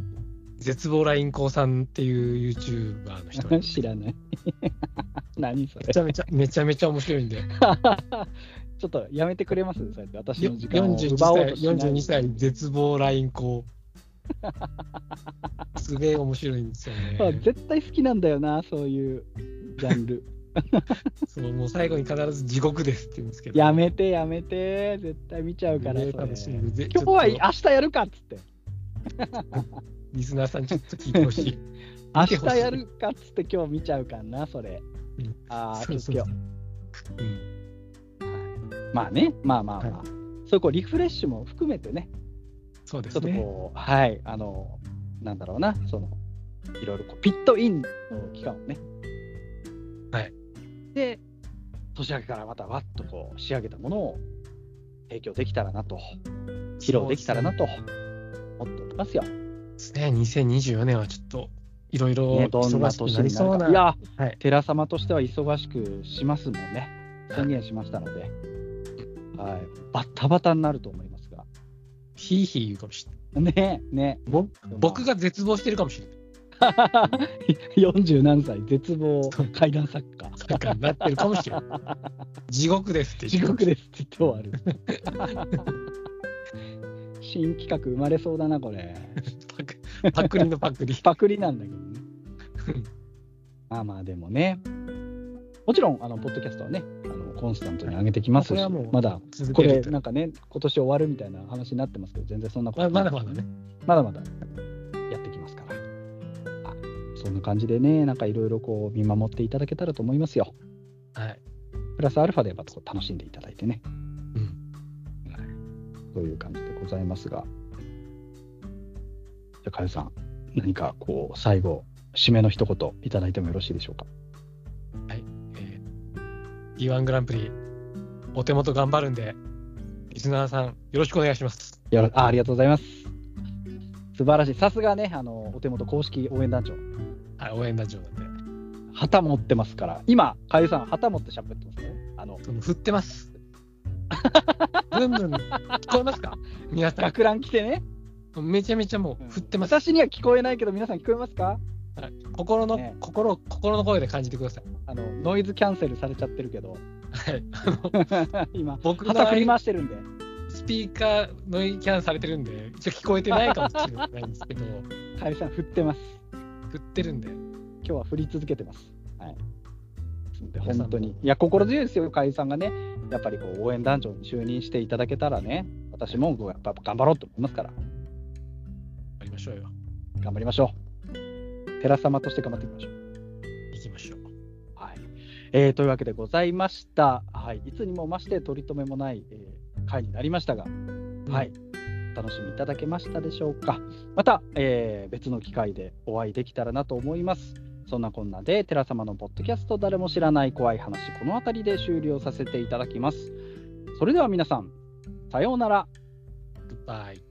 [SPEAKER 4] 絶望ラインコさんっていう YouTuber の人がいて
[SPEAKER 3] *laughs* 知らない。何それ *laughs*
[SPEAKER 4] め。ちゃめちゃ、めちゃめちゃ面白いんで、よ
[SPEAKER 3] ちょっとやめてくれますそれで私の時間を
[SPEAKER 4] 42
[SPEAKER 3] 奪おう
[SPEAKER 4] 歳、
[SPEAKER 3] としない
[SPEAKER 4] 42歳絶望ラインコすげえ面白いんですよね。
[SPEAKER 3] *laughs* まあ絶対好きなんだよな、そういうジャンル。
[SPEAKER 4] そうもう最後に必ず地獄ですって言うんですけど。
[SPEAKER 3] やめて、やめて、絶対見ちゃうから、そ
[SPEAKER 4] ね
[SPEAKER 3] れ
[SPEAKER 4] 多分それ
[SPEAKER 3] 今
[SPEAKER 4] ぜ
[SPEAKER 3] 日は
[SPEAKER 4] ちょっと
[SPEAKER 3] 明日やるかっつって、
[SPEAKER 4] リスナーさんちょっと聞いてほし
[SPEAKER 3] *laughs*
[SPEAKER 4] い。
[SPEAKER 3] 明
[SPEAKER 4] 見てほしい
[SPEAKER 3] 日やるかっつって、今日見ちゃうかな、それ
[SPEAKER 4] うん。
[SPEAKER 3] ああ、
[SPEAKER 4] そう
[SPEAKER 3] ち
[SPEAKER 4] そう
[SPEAKER 3] ょ
[SPEAKER 4] そ
[SPEAKER 3] っ
[SPEAKER 4] う
[SPEAKER 3] と
[SPEAKER 4] うん
[SPEAKER 3] 今日。はいまあね、まあまあまあ、そうこうリフレッシュも含めてね、
[SPEAKER 4] そうで
[SPEAKER 3] ちょ
[SPEAKER 4] す
[SPEAKER 3] っとこう、
[SPEAKER 4] ね。
[SPEAKER 3] はい、あの、なんだろうな、その、いろいろこうピットインの期間をね。
[SPEAKER 4] はい。
[SPEAKER 3] で、年明けからまたわっとこう仕上げたものを提供できたらなと、披露できたらなと思っておりますよ。
[SPEAKER 4] ですね。2024年はちょっといろいろ
[SPEAKER 3] ね、どんな
[SPEAKER 4] 忙しく
[SPEAKER 3] 年に
[SPEAKER 4] な
[SPEAKER 3] なる
[SPEAKER 4] りそう
[SPEAKER 3] か。。
[SPEAKER 4] ない
[SPEAKER 3] や、
[SPEAKER 4] はい
[SPEAKER 3] 寺様としては忙しくしますもんね。宣言しましたので、はい、バッタバタになると思いますが。
[SPEAKER 4] ひいひい言うかもしれない。
[SPEAKER 3] ねね。
[SPEAKER 4] ぼ僕
[SPEAKER 3] が
[SPEAKER 4] が絶望してるかもしれない。
[SPEAKER 3] 40何歳絶望怪談作家
[SPEAKER 4] なんかなってるかもしれない。 *laughs* 地獄ですって
[SPEAKER 3] 地
[SPEAKER 4] 言う。
[SPEAKER 3] 獄ですって言って終わる新企画生まれそうだなこれ
[SPEAKER 4] パクパクリのパクリ。
[SPEAKER 3] パクリなんだけどねまあまあでもねもちろんあのポッドキャストはねあのコンスタントに上げてきます
[SPEAKER 4] これ
[SPEAKER 3] し
[SPEAKER 4] はもう
[SPEAKER 3] まだ
[SPEAKER 4] 続
[SPEAKER 3] こ
[SPEAKER 4] け *laughs*
[SPEAKER 3] れ
[SPEAKER 4] ると
[SPEAKER 3] なんかね今年終わるみたいな話になってますけど全然そんなこと
[SPEAKER 4] ま
[SPEAKER 3] ない
[SPEAKER 4] まだまだね。
[SPEAKER 3] まだまだやってきますからあそんな感じでねなんかいろいろこう見守っていただけたらと思いますよ
[SPEAKER 4] はい。
[SPEAKER 3] プラスアルファでまたこう楽しんでいただいてね。
[SPEAKER 4] うん
[SPEAKER 3] はいという感じでございますが。じゃあ、かゆさん、何かこう、最後、締めの一言いただいてもよろしいでしょうか。
[SPEAKER 4] えー D1 グランプリ、お手元頑張るんで、リスナーさん、よろしくお願いします。
[SPEAKER 3] よろあありがとうございます。素晴らしい。さすがね、あの、お手元公式応援団長、
[SPEAKER 4] はい、応援団長なんで。
[SPEAKER 3] 旗持ってますから、今、かゆさん、旗持ってしゃべってますね。あの、
[SPEAKER 4] その振ってます。ブンブン聞こえますか皆さ
[SPEAKER 3] 学ラン来てね、
[SPEAKER 4] ん、めちゃめちゃもう振ってます。
[SPEAKER 3] 私には聞こえないけど、皆さん聞こえますか
[SPEAKER 4] はい心の、
[SPEAKER 3] ね
[SPEAKER 4] 心を、心の声で感じてください。
[SPEAKER 3] あの、ノイズキャンセルされちゃってるけど、 *laughs*
[SPEAKER 4] はい。あの、
[SPEAKER 3] 今、
[SPEAKER 4] 僕の
[SPEAKER 3] 旗振り
[SPEAKER 4] 周
[SPEAKER 3] 回してるんで。
[SPEAKER 4] りスピーカーノイキャンされてるんで、一応聞こえてないかもしれないんですけど、
[SPEAKER 3] かゆさん振ってます。
[SPEAKER 4] 振ってるんで、
[SPEAKER 3] 今日は振り続けてます。はい。で
[SPEAKER 4] 皆さんも
[SPEAKER 3] 本当に。いや、心強いですよ、かゆさんがね。やっぱりこう応援団長に就任していただけたらね、私もこうやっぱ頑張ろうと思いますから、
[SPEAKER 4] やりましょうよ。
[SPEAKER 3] 頑張りましょう。寺様として頑張っていきましょう。
[SPEAKER 4] 行きましょう。
[SPEAKER 3] はい。えーというわけでございました。はい。いつにも増して取り留めもない、えー回になりましたが、はい。お楽しみいただけましたでしょうか。また、えー別の機会でお会いできたらなと思います。そんなこんなで、寺様のポッドキャスト、誰も知らない怖い話、この辺りで終了させていただきます。それでは皆さん、さようなら。
[SPEAKER 4] グッバイ。